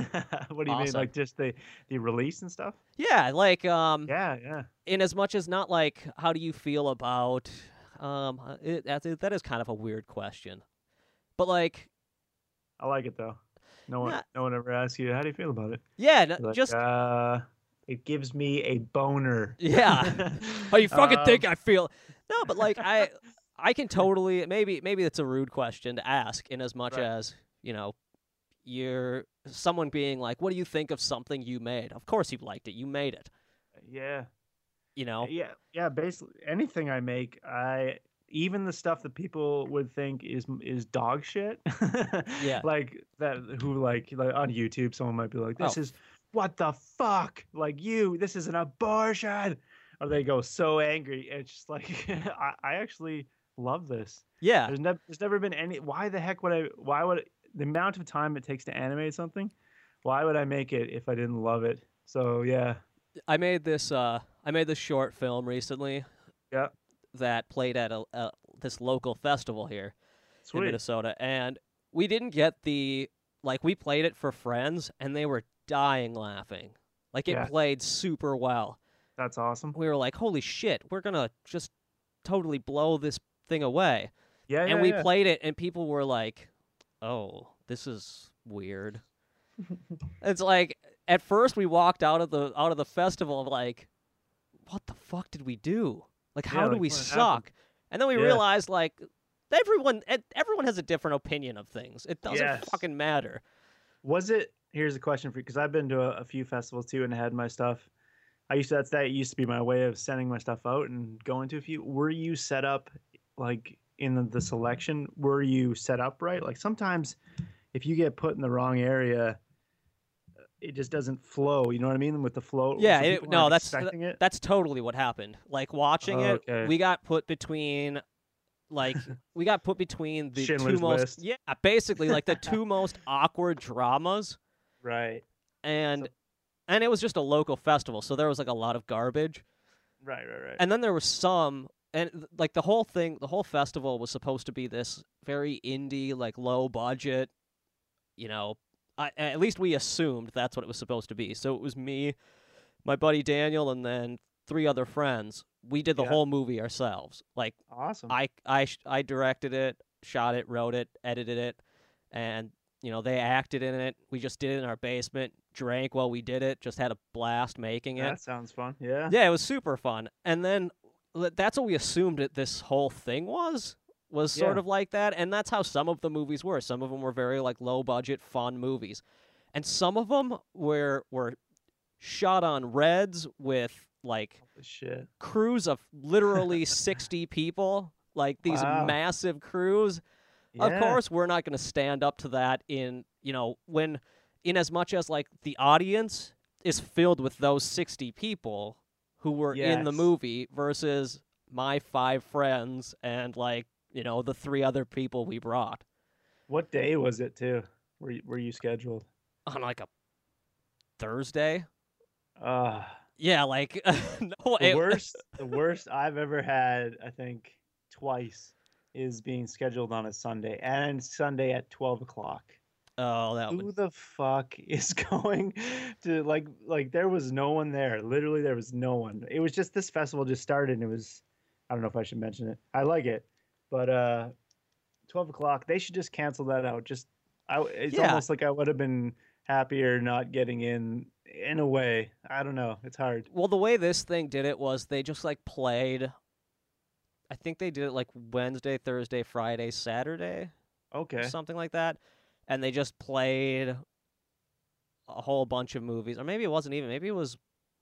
what do you mean? Awesome. Like just the the release and stuff? Yeah, like um, Yeah, yeah. in as much as not like how do you feel about um, uh, it, that is- that is kind of a weird question, but like I like it though. No one, Nah. no one ever asks you how do you feel about it. yeah, no, [laughs] You're like, just uh, it gives me a boner. [laughs] Yeah. how you fucking Um, think I feel. [laughs] No, but like I I can totally maybe maybe it's a rude question to ask in as much Right. as, you know, you're someone being like, What do you think of something you made? Of course you liked it. You made it. Yeah. You know? Yeah, yeah. Basically, anything I make, I even the stuff that people would think is is dog shit. Yeah. [laughs] like that. Who like like on YouTube, someone might be like, "This Oh. is what the fuck." Like you, this is an abortion. Or they go so angry. It's just like [laughs] I, I actually love this. Yeah. There's never there's never been any. Why the heck would I? Why would the amount of time it takes to animate something? Why would I make it if I didn't love it? So yeah, I made this uh I made this short film recently. Yeah. That played at a, a this local festival here. in sweet. Minnesota, and we didn't get the like we played it for friends, and they were dying laughing. Like it Yeah. played super well. That's awesome. We were like, "Holy shit, we're gonna just totally blow this thing away!" Yeah, and yeah, we yeah. played it, and people were like, "Oh, this is weird." [laughs] it's like at first we walked out of the out of the festival like, "What the fuck did we do? Like, how Yeah, do like, we what happened?" suck?" And then we Yeah. realized like everyone e- everyone has a different opinion of things. It doesn't Yes. fucking matter. Was it? Here's a question for you because I've been to a, a few festivals too and had my stuff. I used to, that's that used to be my way of sending my stuff out and going to a few. Were you set up like in the, the selection? Were you set up right? Like sometimes if you get put in the wrong area, uh, it just doesn't flow. You know what I mean? With the flow. Yeah, so it- people no, aren't that's- expecting it. That's totally what happened. Like watching Okay. it, we got put between [laughs] like we got put between the two Schindler's most List. yeah, basically like [laughs] the two most awkward dramas Right, and and it was just a local festival, so there was like a lot of garbage. right, right, right. And then there was some and th- like the whole thing, the whole festival was supposed to be this very indie, like low budget, you know, I, at least we assumed that's what it was supposed to be. So it was me, my buddy Daniel and then three other friends. We did the Yeah. whole movie ourselves. Like awesome. I I sh- I directed it, shot it, wrote it, edited it, and you know they acted in it. We just did it in our basement, drank while we did it, just had a blast making it. that sounds fun. Yeah. Yeah, it was super fun. And then l- that's what we assumed that this whole thing was was sort Yeah. of like that. And that's how some of the movies were. Some of them were very like low budget, fun movies, and some of them were were shot on reds with like Holy Shit. crews of literally 60 people, like these Wow. massive crews. Of Yeah. course, we're not going to stand up to that in, you know, when in as much as like the audience is filled with those 60 people who were in the Yes. movie versus my five friends and like, you know, the three other people we brought What day was it too? Were you, were you scheduled? on like a Thursday. Ah. Yeah, like [laughs] no, the it- worst the worst I've ever had, I think, twice is being scheduled on a Sunday and Sunday at twelve o'clock. Oh, that Who would, the fuck is [laughs] going to like like there was no one there. Literally there was no one. It was just this festival just started and it was I don't know if I should mention it. I like it. But uh twelve o'clock, they should just cancel that out. Just I it's Yeah. almost like I would have been happier not getting in in a way. I don't know. It's hard. Well, the way this thing did it was they just like played. I think they did it like Wednesday, Thursday, Friday, Saturday, Okay. something like that, and they just played a whole bunch of movies, or maybe it wasn't even. Maybe it was.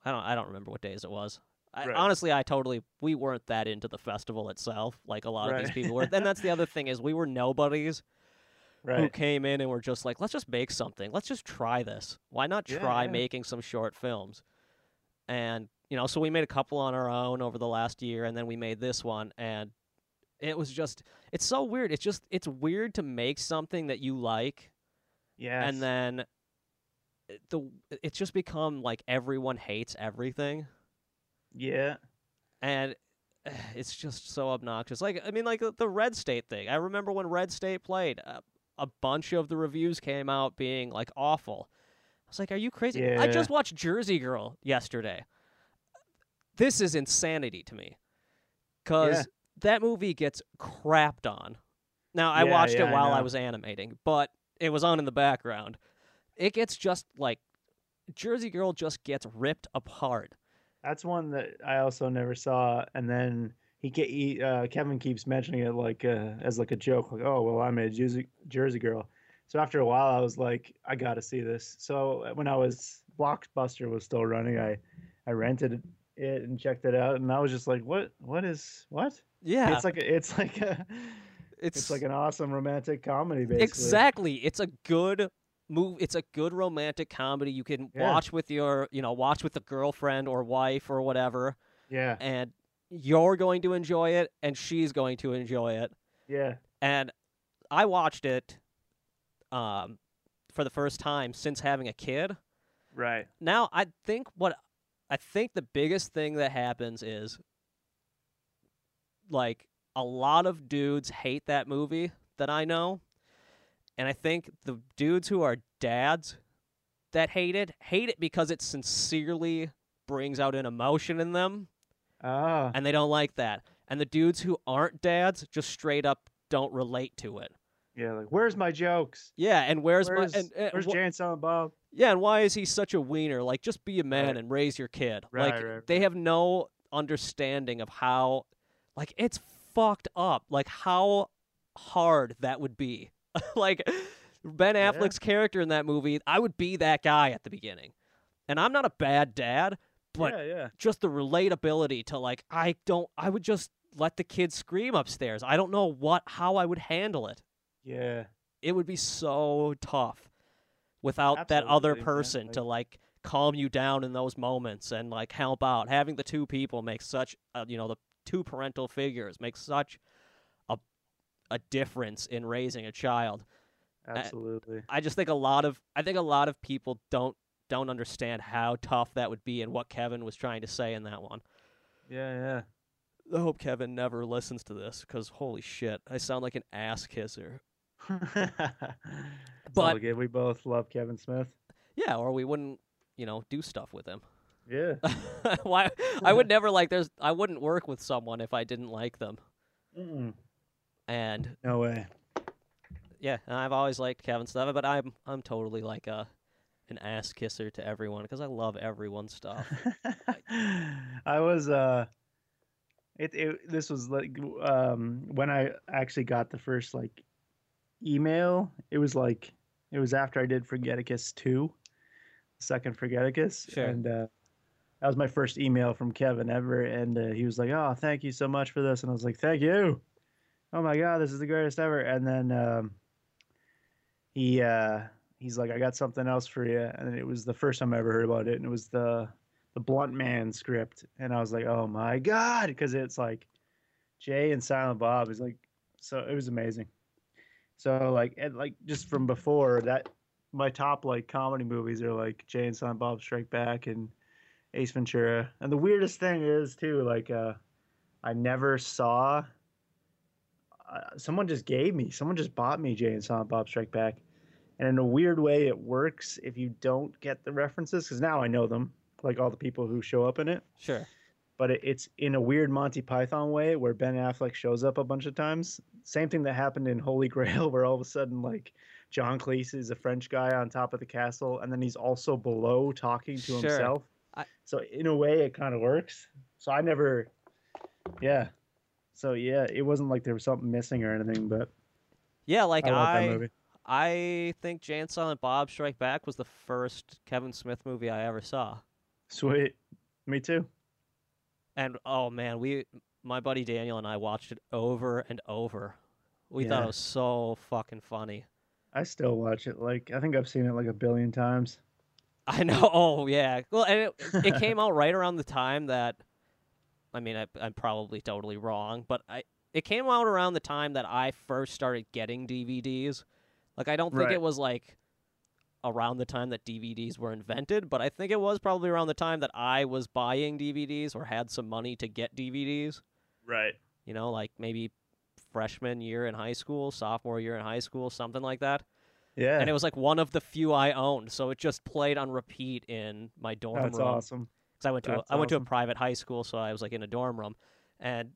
I don't. I don't remember what days it was. I, Right. Honestly, I totally we weren't that into the festival itself. Like a lot of these Right. [laughs] people were, and that's the other thing is we were nobodies who Right. came in and were just like, let's just make something. Let's just try this. Why not Yeah, try yeah. making some short films? And, you know, so we made a couple on our own over the last year and then we made this one and it was just it's so weird. It's just it's weird to make something that you like Yeah. and then eh, the it's just become like everyone hates everything Yeah. and eh, it's just so obnoxious. Like I mean, like the- the Red State thing. I remember when Red State played, a, a bunch of the reviews came out being like awful. I was like, "Are you crazy?" I Yeah. just watched Jersey Girl yesterday. This is insanity to me, because Yeah. that movie gets crapped on. Now I Yeah, watched yeah, it I while I know. was animating, but it was on in the background. It gets just like Jersey Girl just gets ripped apart. That's one that I also never saw. And then he, ke- he uh, Kevin keeps mentioning it like uh, as like a joke, like, "Oh, well, I'm a Jersey, Jersey girl." So after a while, I was like, "I got to see this." So uh, when I was Blockbuster was still running, I I rented it and checked it out, and I was just like, "What? What is what?" Yeah, It's like a, it's like a it's like an awesome romantic comedy, basically. Exactly. It's a good move. It's a good romantic comedy you can Yeah. watch with your, you know, watch with the girlfriend or wife or whatever, Yeah. and you're going to enjoy it and she's going to enjoy it. Yeah. And I watched it um for the first time since having a kid. Right. Now, I think what I think the biggest thing that happens is like a lot of dudes hate that movie that I know. And I think the dudes who are dads that hate it hate it because it sincerely brings out an emotion in them Ah. and they don't like that. And the dudes who aren't dads just straight up don't relate to it. Yeah. Like, where's my jokes? Yeah, and where's, Where's, my and, and where's wh- Jan Silent Bob? Yeah, and why is he such a wiener? Like, just be a man Right. and raise your kid. Right, like, right, they have no understanding of how, like, it's fucked up. Like, how hard that would be. [laughs] like, Ben Yeah. Affleck's character in that movie, I would be that guy at the beginning. And I'm not a bad dad, but yeah, yeah. just the relatability to, like, I don't, I would just let the kid scream upstairs. I don't know what, how I would handle it Yeah. it would be so tough without that Absolutely, other man. person to like calm you down in those moments and like help out. Having the two people make such a, you know the two parental figures make such a a difference in raising a child. Absolutely. I just think a lot of I think a lot of people don't don't understand how tough that would be and what Kevin was trying to say in that one. yeah, yeah. I hope Kevin never listens to this cuz holy shit, I sound like an ass kisser. [laughs] It's all But- good. we both love Kevin Smith. Yeah, or we wouldn't, you know, do stuff with him. Yeah. [laughs] Why I would never like there's I wouldn't work with someone if I didn't like them. Mm-mm. And No way. yeah, and I've always liked Kevin stuff, but I'm I'm totally like a an ass kisser to everyone because I love everyone's [laughs] stuff. I was uh it, it this was like um when I actually got the first like email, it was like it was after I did Forgeticus 2, the second Forgeticus Sure. and uh that was my first email from Kevin ever and uh, he was like, "Oh, thank you so much for this." And I was like, "Thank you." Oh my god, this is the greatest ever. And then um he uh he's like, "I got something else for you." And it was the first time I ever heard about it and it was the the Blunt Man script, and I was like, "Oh my god!" Because it's like Jay and Silent Bob is like, so it was amazing. So like, and like just from before that, my top like comedy movies are like Jay and Silent Bob Strike Back and Ace Ventura. And the weirdest thing is too, like, uh, I never saw. Uh, someone just gave me. Someone just bought me Jay and Silent Bob Strike Back. And in a weird way, it works if you don't get the references, because now I know them, like all the people who show up in it. Sure. But it, it's in a weird Monty Python way where Ben Affleck shows up a bunch of times. Same thing that happened in Holy [laughs] Grail, where all of a sudden, like, John Cleese is a French guy on top of the castle, and then he's also below talking to Sure. himself. I- So, in a way, it kind of works. So, I never, yeah. So, yeah, it wasn't like there was something missing or anything, but Yeah, like I love that I movie. I, think Jan Silent Bob Strike Back was the first Kevin Smith movie I ever saw. Sweet. Me too. And oh man, we my buddy Daniel and I watched it over and over. We thought Yeah. it was so fucking funny. I still watch it. Like, I think I've seen it like a billion times. I [laughs] know. Oh yeah. Well, and it, [laughs] it came out right around the time that I mean, I, I'm probably totally wrong, but I it came out around the time that I first started getting DVDs. Like, I don't think Right. it was like around the time that DVDs were invented, but I think it was probably around the time that I was buying DVDs or had some money to get DVDs. Right. You know, like maybe freshman year in high school, sophomore year in high school, something like that. Yeah. And it was like one of the few I owned, so it just played on repeat in my dorm That's room. awesome. Because I went to a, That's I went to a awesome. private high school, so I was like in a dorm room, and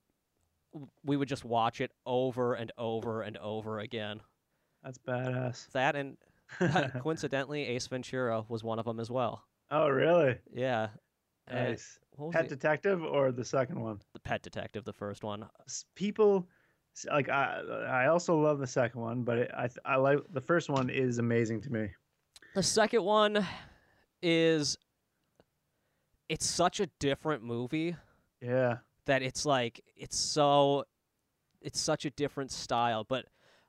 w- we would just watch it over and over and over again. That's badass. That and [laughs] [laughs] coincidentally, Ace Ventura was one of them as well. oh, really? Yeah. Uh, And Nice. what was Pet the- Detective or the second one? the Pet Detective, the first one. Uh, S- People s- like I. I also love the second one, but it, I I like the first one is amazing to me. The second one is it's such a different movie Yeah. that it's like it's so it's such a different style, but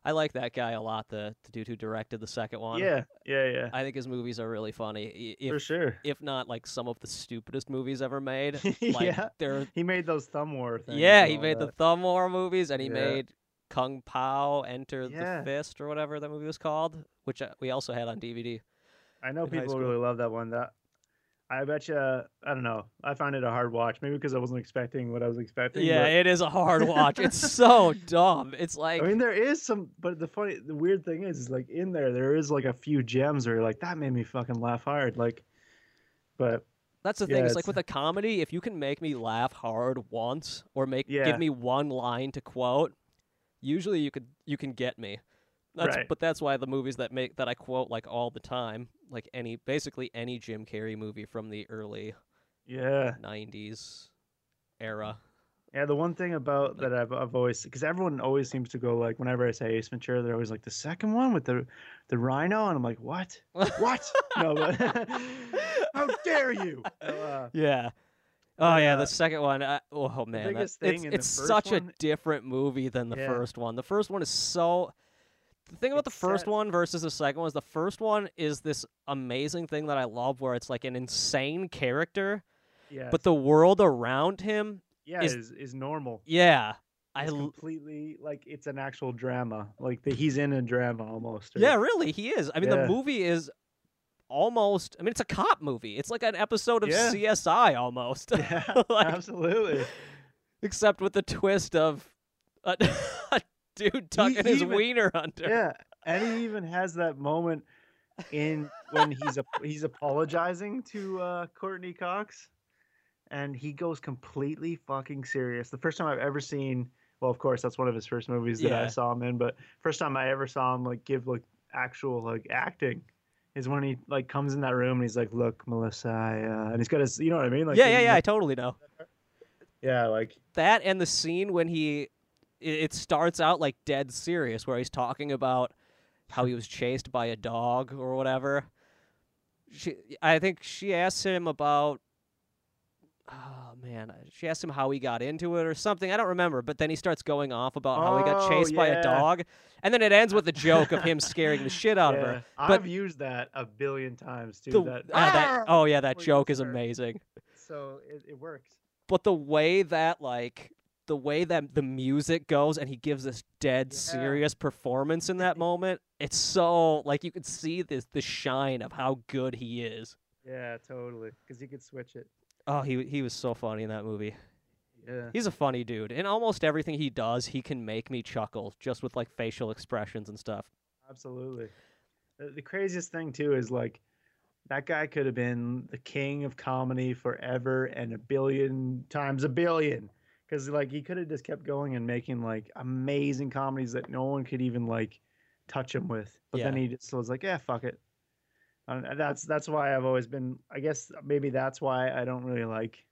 I like that guy a lot, the, the dude who directed the second one. Yeah. Yeah. Yeah. I think his movies are really funny. i- If For sure. if not like some of the stupidest movies ever made. Like [laughs] yeah. they're He made those thumb war things. Yeah, and he all made the that. Thumb War movies, and he Yeah. made Kung Pao Enter Yeah. the Fist or whatever that movie was called, which uh, we also had on DVD. I know in high people school. really love that one. That I bet you. I don't know. I found it a hard watch. Maybe because I wasn't expecting what I was expecting. Yeah, but- it is a hard [laughs] watch. it's so dumb. It's like I mean, there is some, but the funny, the weird thing is, is like in there, there is like a few gems where you're like that made me fucking laugh hard, like. But that's the thing. yeah, it's like it's- with a comedy, if you can make me laugh hard once or make Yeah. give me one line to quote, usually you could you can get me. That's, Right. But that's why the movies that make that I quote like all the time, like any basically any Jim Carrey movie from the early yeah, '90s era. yeah. The one thing about that I've I've always because everyone always seems to go like whenever I say Ace Ventura, they're always like the second one with the the rhino, and I'm like, what? [laughs] What? no, but [laughs] how dare you? No, uh, Yeah. Oh yeah, uh, the second one. I, oh man, that- biggest it's thing in the it's first such a one- different movie than the Yeah. first one. The first one is so. The thing about the It's first sad. one versus the second one is the first one is this amazing thing that I love, where it's like an insane character, yeah, but the world around him, yeah, is- is is, normal. yeah, I It's l- completely like it's an actual drama, like the, he's in a drama almost. or- yeah, really, he is. I mean, the Yeah. movie is almost. I mean, it's a cop movie. It's like an episode of Yeah. [laughs] CSI almost. [laughs] yeah, Like- absolutely. except with the twist of a, [laughs] a dude tucking his E-, even- wiener under. Yeah, and he even has that moment in when he's ap- he's apologizing to uh, Courtney Cox, and he goes completely fucking serious. The first time I've ever seen, well, of course that's one of his first movies that Yeah. I saw him in, but first time I ever saw him like give like actual like acting. Is when he like comes in that room and he's like, "Look, Melissa," I, uh, and he's got his, you know what I mean? Like, yeah, he's yeah, yeah. I like- totally know yeah. Like, that. And the scene when he it, it starts out like dead serious, where he's talking about how he was chased by a dog or whatever. She, I think she asks him about. Oh man, she asked him how he got into it or something. I don't remember, but then he starts going off about how he got Oh, chased by a yeah. dog, and then it ends with a joke of [laughs] him scaring the shit out of her. yeah. I've used that a billion times too. The- that, ah, that- [laughs] "Ah!" oh yeah, that Before you joke is start. amazing. so it, it works. But the way that like the way that the music goes and he gives this dead Yeah. serious performance [laughs] in that moment, it's so like you can see this the shine of how good he is. Yeah, totally. Because you could switch it. Oh, he he was so funny in that movie. Yeah. He's a funny dude. In almost everything he does, he can make me chuckle just with like facial expressions and stuff. Absolutely. Uh, The, the craziest thing too is like that guy could have been the king of comedy forever and a billion times a billion because like he could have just kept going and making like amazing comedies that no one could even like touch him with. But then Yeah. he just was like, yeah, fuck it. And uh, that's that's why I've always been. I guess maybe that's why I don't really like.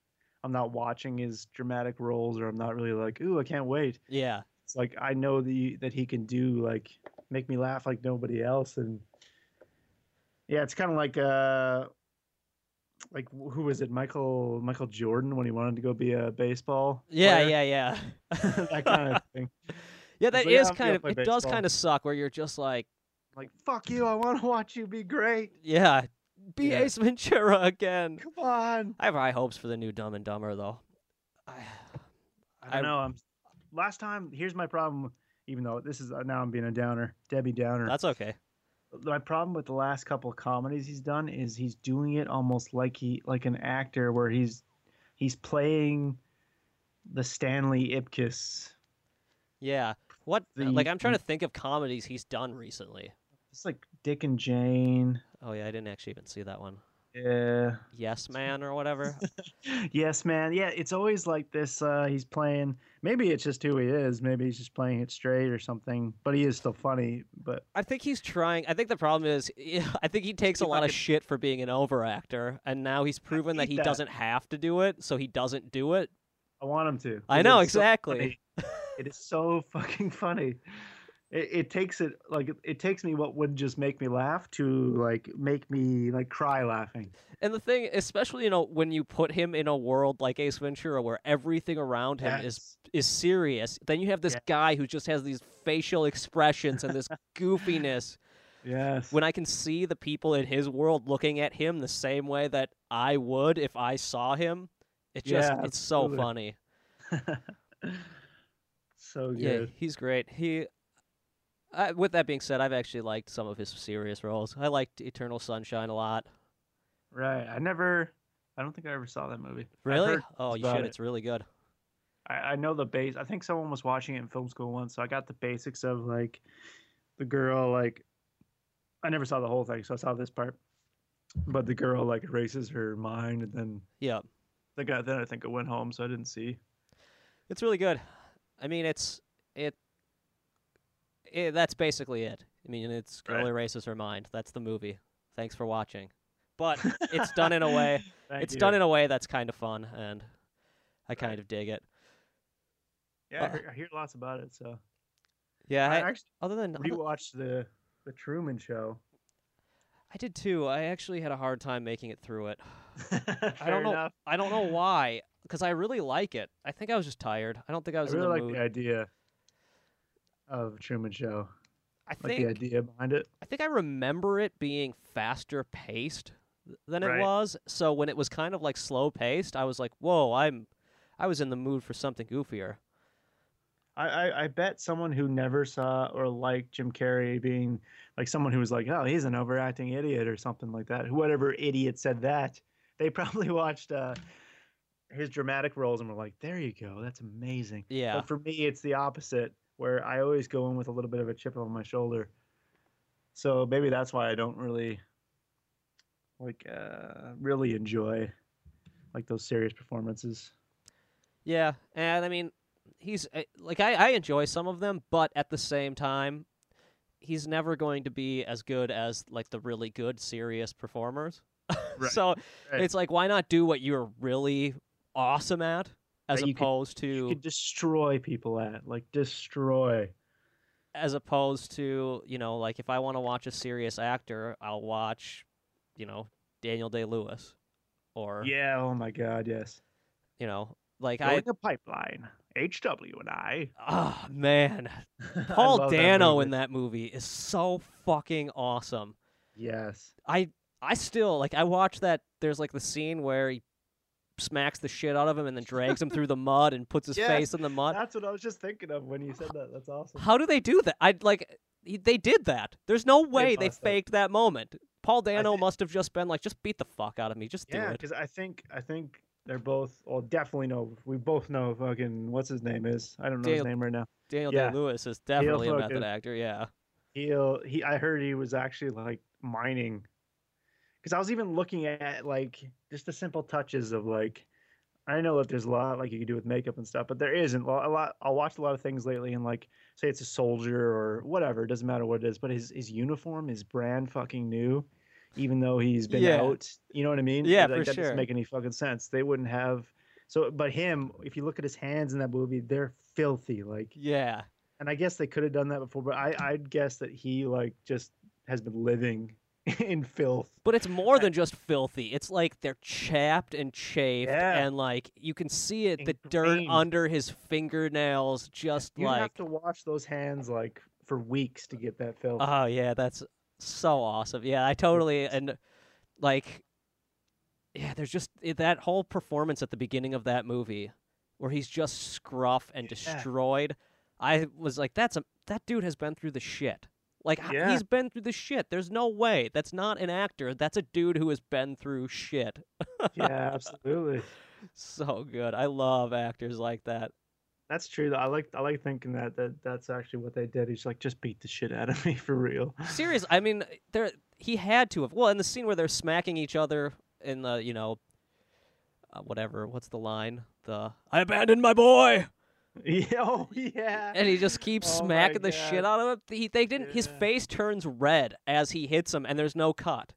I'm not watching his dramatic roles, or I'm not really like, ooh, I can't wait. Yeah. it's like I know the that he can do like make me laugh like nobody else, and yeah, it's kind of like uh, like wh- who was it, Michael Michael Jordan when he wanted to go be a baseball, Yeah, player? yeah, yeah. [laughs] that kind of thing. [laughs] yeah, It's that like, yeah, is I'm gonna kind of play it does baseball. kind of suck where you're just like Like fuck you, I want to watch you be great. Yeah. Be Yeah. Ace Ventura again. Come on. I have high hopes for the new Dumb and Dumber though. [sighs] I, I don't know. I'm uh, last time. Here's my problem. Even though this is now I'm being a downer, Debbie Downer. That's okay. my problem with the last couple of comedies he's done is he's doing it almost like he like an actor where he's he's playing the Stanley Ipkiss. Yeah. What uh, The- like I'm trying to think of comedies he's done recently. It's like Dick and Jane. Oh yeah, I didn't actually even see that one. Yeah. [laughs] Yes Man or whatever. Yes, man. Yeah, it's always like this. Uh, he's playing. Maybe it's just who he is. Maybe he's just playing it straight or something. But he is still funny. But I think he's trying. I think the problem is, [laughs] I think he takes a If I lot of could- shit for being an overactor, and now he's proven that hate he that. doesn't have to do it, so he doesn't do it. I want him to. I It know, is so exactly. funny. it is so fucking funny. It, it takes it like it, it takes me what would just make me laugh to like make me like cry laughing. And the thing, especially you know, when you put him in a world like Ace Ventura, where everything around him is Yes. is serious, then you have this Yeah. guy who just has these facial [laughs] expressions and this goofiness. yes. When I can see the people in his world looking at him the same way that I would if I saw him, it just Yeah, it's so absolutely. funny. so good. Yeah, he's great. He. I, with that being said, I've actually liked some of his serious roles. I liked Eternal Sunshine a lot. Right. I never. I don't think I ever saw that movie. I've Really? heard Oh, you about should. it. It's really good. I, I know the base. I think someone was watching it in film school once, so I got the basics of like the girl. Like, I never saw the whole thing, so I saw this part. But the girl like erases her mind, and then Yeah, the guy. Then I think I went home, so I didn't see. it's really good. I mean, it's it. it that's basically it. I mean, it's girl Right. erases her mind. That's the movie. Thanks for watching. [laughs] But it's done in a way. it's done in a way that's kind of fun, and I kind of dig it. Yeah, I uh, hear, I hear lots about it. So Yeah. I I, actually [laughs] other than other- rewatched the the Truman [laughs] Show. I did too. I actually had a hard time making it through it. I I don't know. I don't [sighs] know why, because I really like it. I think I was just tired. I don't think I I was really in the like mood. the idea of Truman Show. I Like think the idea behind it. I think I remember it being faster paced th- than Right. it was. So when it was kind of like slow paced, I was like, "Whoa, I'm." I was in the mood for something goofier. I, I, I bet someone who never saw or liked Jim Carrey being like someone who was like, oh, he's an overacting idiot or something like that. Whatever idiot said that, they [laughs] probably watched uh, his dramatic roles and were like, there you go, that's amazing. Yeah, But for me, it's the opposite, where I always go in with a little bit of a chip on my shoulder. So maybe that's why I don't really like uh, really enjoy like those serious performances. yeah, and I mean, he's uh, like I, I enjoy some of them, but at the same time, he's never going to be as good as like the really good serious performers. [laughs] Right. so Right. It's like why not do what you're really awesome at as That you could- opposed you to could destroy people at like destroy. as opposed to, you know, like if I want to watch a serious actor, I'll watch, you know, Daniel Day-Lewis or Yeah. Oh my God. Yes. you know, like I Going a pipeline. HW and [laughs] I. [laughs] Oh man, I Paul love that Dano movie. in that movie is so fucking awesome. Yes. I I still like I watch that there's like the scene where he smacks the shit out of him and then drags him through the mud and puts his Yeah, face in the mud. That's what I was just thinking of when you said that. That's awesome. How do they do that? I like he- they did that. There's no way they must have. faked that moment. Paul Dano thi- must have just been like, just beat the fuck out of me, just Yeah, do it. because I think I think they're both. Well, definitely know. We both know fucking what's his name is. I don't know his Dale- name right now. Daniel yeah. Day Lewis is definitely fuck a it. method actor. Yeah, He'll he. I heard he was actually like mining. Because I was even looking at like just the simple touches of like. I know that there's a lot like you can do with makeup and stuff, but there isn't Well, a lot. I watched a lot of things lately, and like say it's a soldier or whatever, it doesn't matter what it is, but his his uniform is brand fucking new, even though he's been Yeah. out. You know what I mean? Yeah, like, for that sure. doesn't make any fucking sense. They wouldn't have. So, but him, if you look at his hands in that movie, they're filthy. Like, yeah, and I guess they could have done that before, but I I'd guess that he like just has been living [laughs] in filth. but it's more than just filthy. It's like they're chapped and chafed, Yeah. and like you can see it, And the dirt grained. under his fingernails, just You like have to wash those hands like for weeks to get that filth. Oh yeah, that's so awesome. Yeah, I totally and like yeah, there's just i- that whole performance at the beginning of that movie where he's just scruff and Yeah. destroyed. I was like that's a that dude has been through the shit. Like h- Yeah. he's been through the shit. There's no way. That's not an actor. That's a dude who has been through shit. [laughs] yeah, absolutely. So good. I love actors like that. That's true. Though. I like I like thinking that that that's actually what they did. He's like, just beat the shit out of me for real. [laughs] Serious. I mean, there he had to have. Well, in the scene where they're smacking each other in the, you know, uh, whatever. What's the line? The I abandoned my boy, Yeah, oh yeah. and he just keeps Oh my smacking the shit God. out of him. He they didn't. His Yeah. face turns red as he hits him, and there's no cut.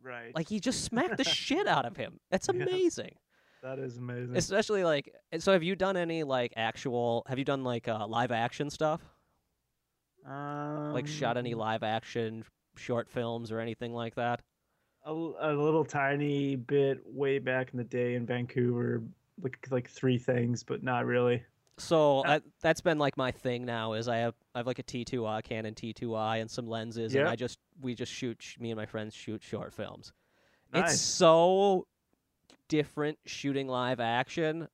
Right. Like he [laughs] just smacked the shit out of him. That's Yeah. amazing. that is amazing. Especially like. So have you done any like actual? Have you done like uh, live action stuff? Um, Like shot any live action short films or anything like that? a, a little tiny bit way back in the day in Vancouver, like like three things, but not really. So Uh, I, that's been like my thing now is I have I have like a T2i Canon T2i and some lenses and Yeah. I just we just shoot sh- me and my friends shoot short films. It's Nice. so different shooting live action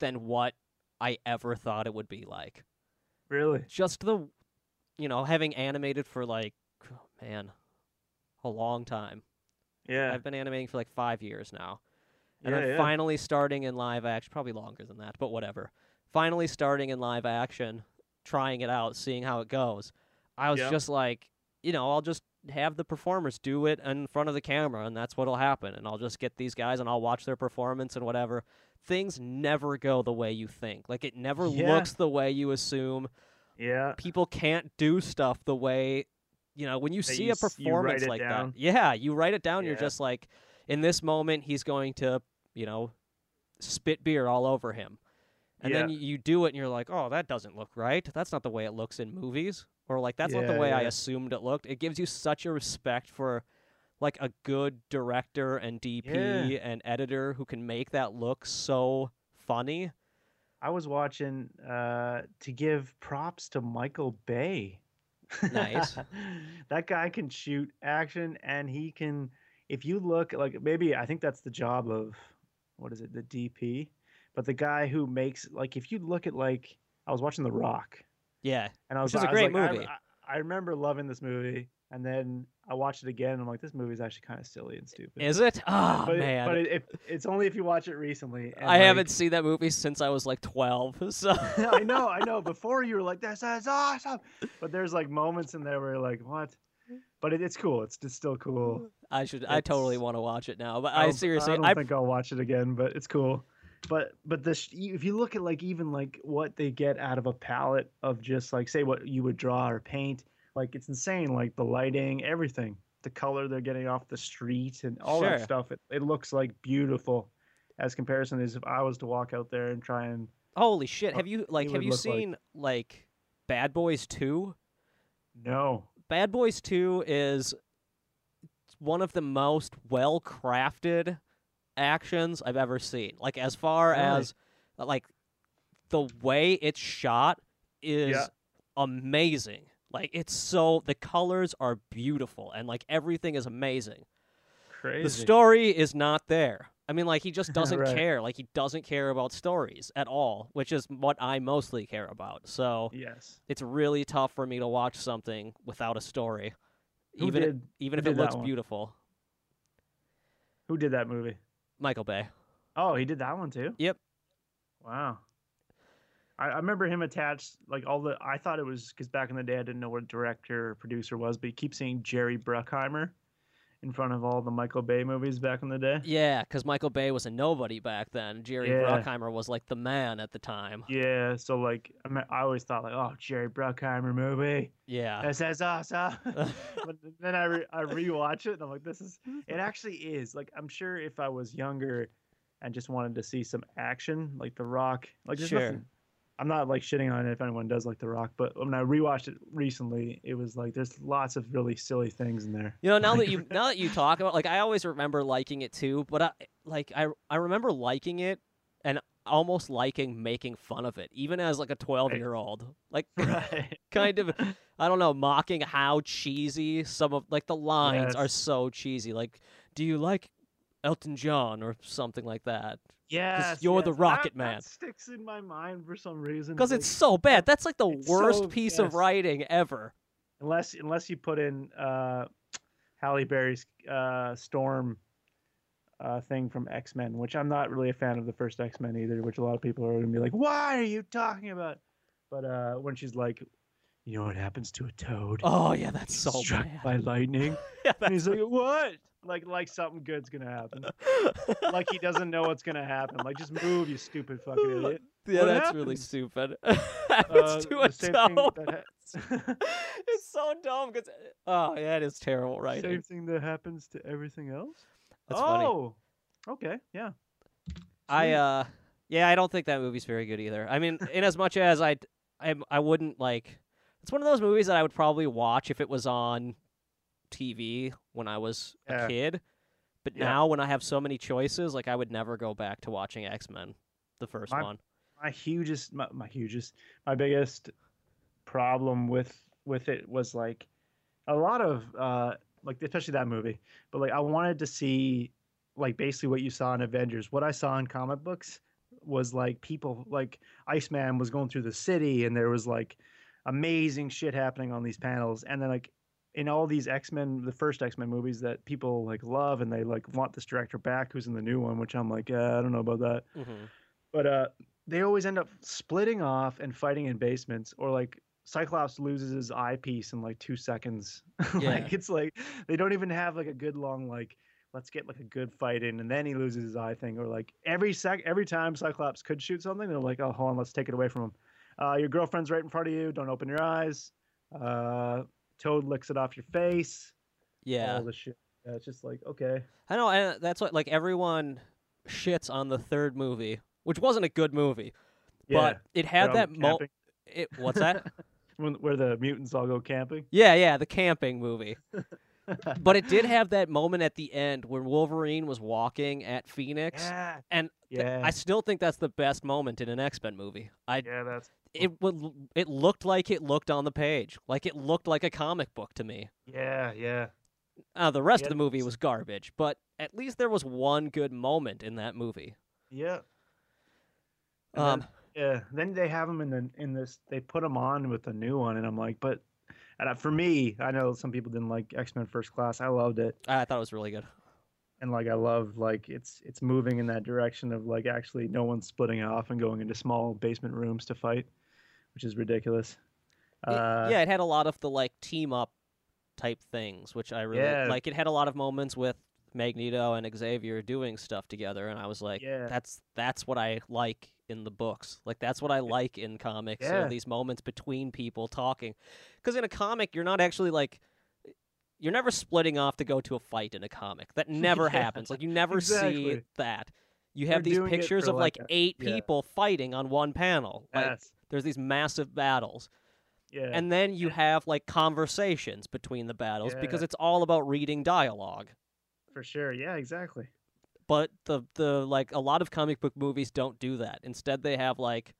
than what I ever thought it would be like. Really. Just the you know having animated for like oh, man a long time. Yeah. I've been animating for like 5 years now. And yeah, then yeah. finally starting in live action, probably longer than that, but whatever. Finally starting in live action, trying it out, seeing how it goes. I was Yeah. just like, you know, I'll just have the performers do it in front of the camera, and that's what'll happen. And I'll just get these guys and I'll watch their performance and whatever. Things never go the way you think. Like, it never Yeah. looks the way you assume. yeah. People can't do stuff the way, you know, when you That see you a s- you write performance it like down. that. Yeah, you write it down, you're Yeah. just like, in this moment he's going to you know spit beer all over him and then Yeah. you do it and you're like oh that doesn't look right that's not the way it looks in movies or like that's not the Yeah, way i yeah. assumed it looked it gives you such a respect for like a good director and dp Yeah. and editor who can make that look so funny I was watching uh, to give props to Michael Bay. Nice. [laughs] that guy can shoot action, and he can. If you look like maybe I think that's the job of what is it the DP, but the guy who makes like if you look at like I was watching The Rock, yeah and I was Which is a I was great like, I- movie. I, I remember loving this movie, and then I watched it again, and I'm like, this movie is actually kind of silly and stupid. is it oh but it- man but it, it- it's only if you watch it recently. and, i haven't like- seen that movie since i was like 12 [laughs] so [laughs] I know, I know. Before you were like, "This is awesome," but there's like moments in there where you're like, "What?" But it, it's cool. It's, it's still cool. i should i totally It's- want to watch it now but I i don't- seriously I don't I think I'll watch it again, but it's cool. But but the sh- e, if you look at like even like what they get out of a palette of just like say what you would draw or paint, like it's insane. Like the lighting, everything, the color they're getting off the street and all that Sure. stuff. It, it looks like beautiful. As comparison is if I was to walk out there and try and Holy shit! Uh, Have you like it have would you look like- seen like, Bad Boys Two? no, Bad Boys Two is one of the most well crafted actions I've ever seen. Like as far Really? as like the way it's shot is Yeah. amazing. Like it's so the colors are beautiful and like everything is amazing. crazy. The story is not there. I mean, like [laughs] he just doesn't Right. care. Like he doesn't care about stories at all, which is what I mostly care about. So Yes. it's really tough for me to watch something without a story, Who even did even who if it did that looks one? beautiful. Who did that movie? Michael Bay. Oh, he did that one too. Yep. Wow. I, I remember him attached like all the. I thought it was because back in the day I didn't know what director or producer was, but you keep seeing Jerry Bruckheimer in front of all the Michael Bay movies back in the day. Yeah, because Michael Bay was a nobody back then. Jerry Yeah. Bruckheimer was like the man at the time. Yeah, so like I, mean, I always thought like, oh, Jerry Bruckheimer movie, Yeah. this is [laughs] awesome. "Ah, but then I re- I rewatch it and I'm like, this is it actually is like I'm sure if I was younger and just wanted to see some action like The Rock like there's Sure. nothing, I'm not like shitting on it if anyone does like The Rock but when I rewatched it recently it was like there's lots of really silly things in there You know, [laughs] now that you now that you talk about, like, I always remember liking it too. But I like I I remember liking it and almost liking making fun of it, even as like a twelve year old. Like, [laughs] right [laughs] kind of, I don't know, mocking how cheesy some of like the lines are Yes. so cheesy. Like, do you like Elton John or something like that? yeah you're the Rocket Man. that sticks in my mind for some reason Because like, it's so bad. That's like the it's worst so- piece of yes. writing ever. unless unless you put in uh, Halle Berry's uh, Storm uh, thing from X Men, which I'm not really a fan of the first X Men either, which a lot of people are gonna be like, "Why are you talking about?" But uh, when she's like, "You know what happens to a toad? Oh yeah, that's He's so struck bad. by lightning." [laughs] yeah, and that's he's like, "What?" Like like something good's gonna happen. [laughs] like he doesn't know what's gonna happen. Like just move, you stupid fucking [laughs] idiot. Mm, yeah, What that's really happens? stupid. [laughs] happens Uh, to a the same thing toad. that ha- [laughs] it's so dumb because oh yeah, it is terrible Same writing. thing that happens to everything else. That's funny. oh, okay, yeah. I Sweet. uh yeah, I don't think that movie's very good either. I mean, in as much as I I I wouldn't like it's one of those movies that I would probably watch if it was on TV when I was Yeah. a kid. But Yeah. now when I have so many choices, like I would never go back to watching X-Men, the 1st I'm- one. my hugest my, my hugest my biggest problem with with it was like a lot of uh like especially that movie but like i wanted to see like basically what you saw in avengers what i saw in comic books was like people like iceman was going through the city and there was like amazing shit happening on these panels and then like in all these x-men the first x-men movies that people like love and they like want this director back who's in the new one which i'm like uh, i don't know about that Mhm. but uh, they always end up splitting off and fighting in basements, or like Cyclops loses his eyepiece in like two seconds. [laughs] Yeah. like it's like they don't even have like a good long like let's get like a good fight in, and then he loses his eye thing, or like every sec every time Cyclops could shoot something, they're like, oh hold on, let's take it away from him. Uh, your girlfriend's right in front of you. Don't open your eyes. Uh, Toad licks it off your face. Yeah. All this shit. Yeah, it's just like okay. I know and that's what like everyone shits on the third movie, which wasn't a good movie, Yeah. but it had Um, that mo- camping. it, what's that? [laughs] When- where the mutants all go camping. Yeah, yeah, the camping [laughs] movie. but it did have that moment at the end where Wolverine was walking at Phoenix. Yeah. And th- yeah. I still think that's the best moment in an X Men movie. I yeah, that's it would it looked like it looked on the page, like it looked like a comic book to me. yeah, yeah. Uh, the rest Yeah, of the movie it's- was garbage, but at least there was one good moment in that movie. Yeah. And Um, Yeah. Then they have them in the in this. They put them on with the new one, and I'm like, but, and I, for me, I know some people didn't like X Men First Class. I loved it, I thought it was really good. and like I love like it's it's moving in that direction of like actually no one's splitting off and going into small basement rooms to fight, which is ridiculous. It- Uh, yeah, it had a lot of the like team up type things, which I really Yeah. like. It had a lot of moments with Magneto and Xavier doing stuff together, and I was like, Yeah. "That's that's what I like in the books. Like that's what I like in comics. Are Yeah. these moments between people talking, because in a comic you're not actually like." You're never splitting off to go to a fight in a comic. [laughs] That never Yeah, happens. Like you never see exactly. that. You have They're these doing it pictures for, of like like, a- eight yeah. people fighting on one panel. Like Yes. there's these massive battles Yeah. and then you have like conversations between the battles because Yeah. it's all about reading dialogue for sure. Yeah. Exactly. but the the like a lot of comic book movies don't do that instead they have like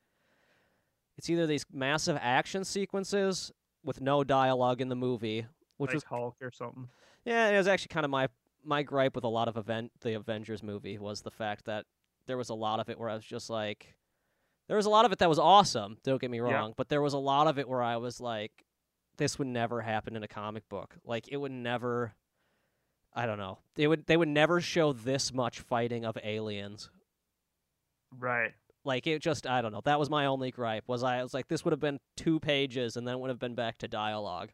it's either these massive action sequences with no dialogue in the movie which like was Hulk or something. yeah it was actually kind of my my gripe with a lot of event the avengers movie was the fact that there was a lot of it where i was just like there was a lot of it that was awesome don't get me wrong but there was a lot of it where i was like this would never happen in a comic book like it would never i don't know they would they would never show this much fighting of aliens Right. like it just i don't know that was my only gripe was i was like this would have been two pages and then it would have been back to dialogue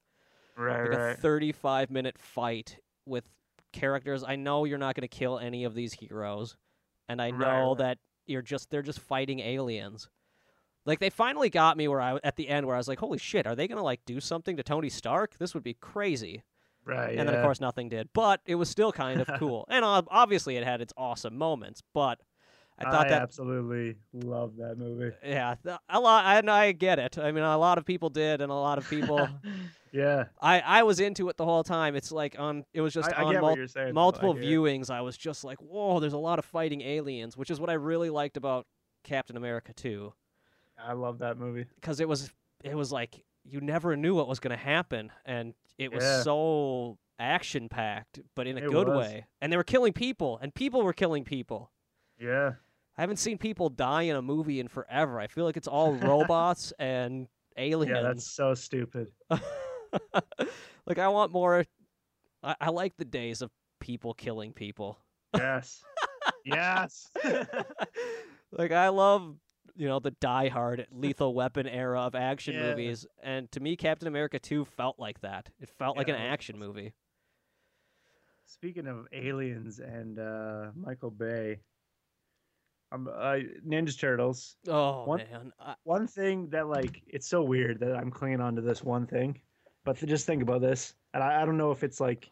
Right. like a 35 minute fight with characters i know you're not going to kill any of these heroes and i Right, know right. that you're just they're just fighting aliens like they finally got me where i at the end where i was like holy shit are they going to like do something to tony stark this would be crazy right. and then of yeah. course nothing did but it was still [laughs] kind of cool and ob- obviously it had its awesome moments but Ah, i thought that absolutely love that movie. yeah th- a lot and i get it i mean a lot of people did and a lot of [laughs] [laughs] people yeah. I, I was into it the whole time. It's like on it was just I, I on get mul- what you're saying. though. I multiple get it. viewings. I was just like, whoa, there's a lot of fighting aliens, which is what I really liked about Captain America 2 I love that movie. because it was it was like you never knew what was going to happen and it was Yeah. so action packed, but in a It good was. way. And they were killing people, and people were killing people. Yeah. I haven't seen people die in a movie [laughs] in forever. I feel like it's all robots and aliens. [laughs] Yeah, that's so stupid. like I want more. I, I like the days of people killing people. Yes. [laughs] yes. like I love you know the die-hard lethal weapon era of action Yeah. movies, and to me, Captain America Two felt like that. It felt like Yeah, an it was action awesome. movie. Speaking of aliens and uh, Michael Bay, um, uh, Ninja Turtles. Oh One- man, I, One thing that like it's so weird that I'm clinging on to this one thing, but th- just think about this, and I, I don't know if it's like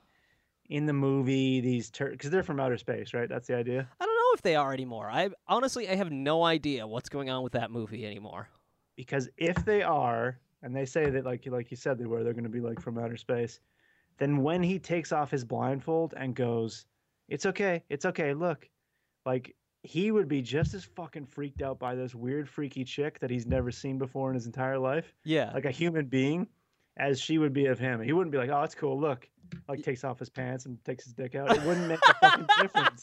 in the movie these because they're from outer space, right? That's the idea. I don't know if they are anymore. I honestly, I have no idea what's going on with that movie anymore. Because if they are, and they say that like you- like you said they were, they're going to be like from outer space. Then when he takes off his blindfold and goes, "It's okay, it's okay, look," like he would be just as fucking freaked out by this weird freaky chick that he's never seen before in his entire life. Yeah, like a human being as she would be of him. He wouldn't be like, "Oh, it's cool. Look," like takes off his pants and takes his dick out. It wouldn't make a fucking difference.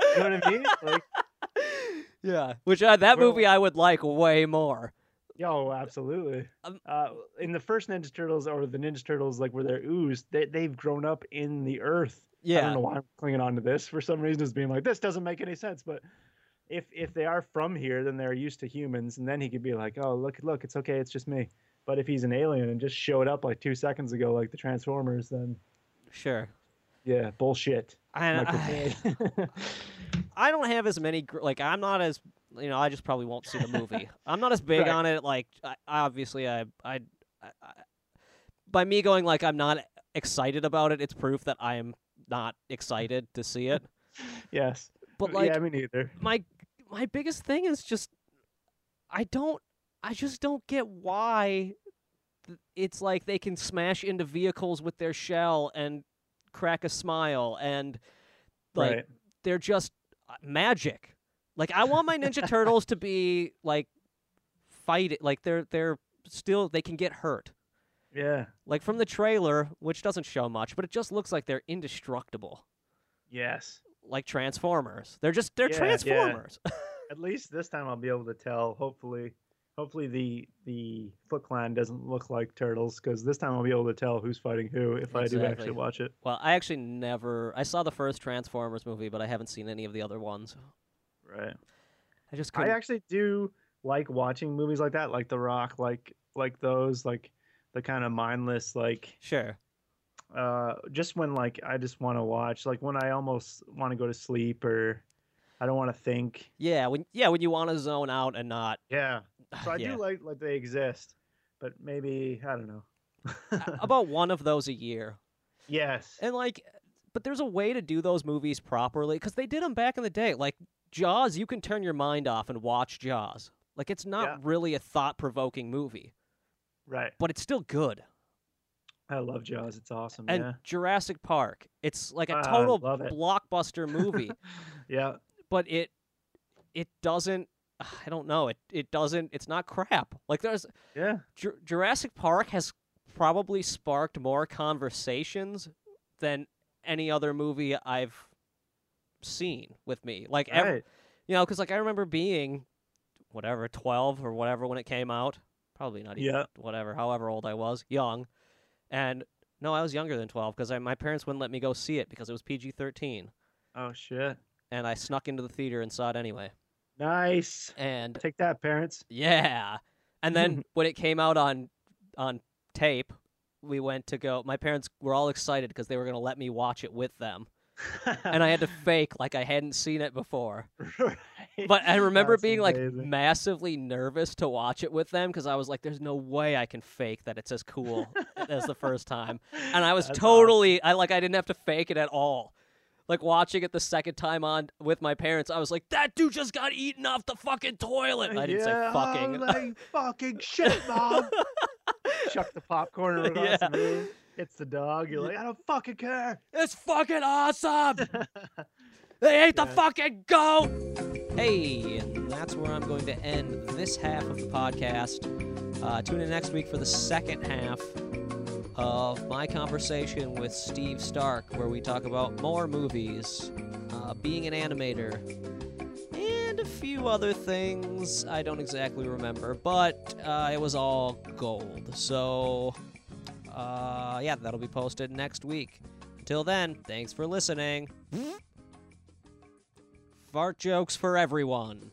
You know what I mean? Like, [laughs] yeah. Which uh, that We're- movie I would like way more. yo, Oh, absolutely. Um, Uh, in the first Ninja Turtles or the Ninja Turtles, like where they're oozed, they they've grown up in the earth. I don't Yeah, know why I'm clinging on to this for some reason. It's being like this doesn't make any sense, but. If, if they are from here, then they're used to humans, and then he could be like, "Oh, look, look, it's okay, it's just me." But if he's an alien and just showed up like two seconds ago, like the Transformers, then sure. Yeah, bullshit. I, Michael I, Bay. I don't have as many gr- like I'm not as you know I just probably won't see [laughs] the movie. I'm not as big Right. on it. Like I, obviously I, I I by me going like I'm not excited about it, it's proof that I am not excited to see [laughs] it. [laughs] yes. But like yeah, me neither. my my biggest thing is just I don't I just don't get why th- it's like they can smash into vehicles with their shell and crack a smile and like right. they're just uh, magic. Like I want [laughs] my Ninja Turtles to be like fight it. Like they're they're still they can get hurt. Yeah. Like from the trailer, which doesn't show much, but it just looks like they're indestructible. Yes. Like Transformers. They're just they're Yeah, yeah. Transformers. [laughs] At least this time I'll be able to tell. Hopefully, hopefully the the Foot Clan doesn't look like turtles because this time I'll be able to tell who's fighting who if I do Exactly. actually watch it. well, I actually never I saw the first Transformers movie, but I haven't seen any of the other ones. Right. I just I couldn't actually do like watching movies like that, like The Rock, like like those, like the kind of mindless, like Sure. uh just when like I just want to watch, like when I almost want to go to sleep or I don't want to think. Yeah, when yeah, when you want to zone out and not [sighs] Yeah. So I yeah. do like like they exist, but maybe I don't know. [laughs] about one of those a year. yes. Uh, And like, but there's a way to do those movies properly because they did them back in the day. Like Jaws, you can turn your mind off and watch Jaws. Like it's not Yeah. really a thought-provoking movie, Right. but it's still good. I love Jaws. It's awesome. And yeah. Jurassic Park, it's like a Ah, I total love it. [laughs] blockbuster movie, Yeah. but it it doesn't. I don't know. It it doesn't. It's not crap. Like there's Yeah. Ju- Jurassic Park has probably sparked more conversations than any other movie I've seen with me. Like, ev- Right. you know, because like I remember being whatever twelve or whatever when it came out. Probably not even Yeah. whatever. However old I was, young, and no, I was younger than twelve because my parents wouldn't let me go see it because it was PG thirteen, Oh shit. and I snuck into the theater and saw it anyway. Nice. And Take that, parents. Yeah. And then when it came out on on tape, we went to go. My parents were all excited because they were going to let me watch it with them. [laughs] And I had to fake like I hadn't seen it before. But I remember being like massively nervous to watch it with them because I was like there's no way I can fake that it's as cool as the first time. And I was totally I like I didn't have to fake it at all. Like watching it the second time on with my parents, I was like that dude just got eaten off the fucking toilet. And I didn't say fucking. Holy fucking shit, [laughs] mom. Chuck the popcorn across Yeah. the room. It's the dog. You're like, I don't fucking care. It's fucking awesome. they ate the Yeah. fucking goat. Hey, and that's where I'm going to end this half of the podcast. Uh, tune in next week for the second half of my conversation with Steve Stark, where we talk about more movies, uh, being an animator, and a few other things I don't exactly remember, but uh, it was all gold. So uh, yeah, that'll be posted next week. Until then, thanks for listening. Fart jokes for everyone.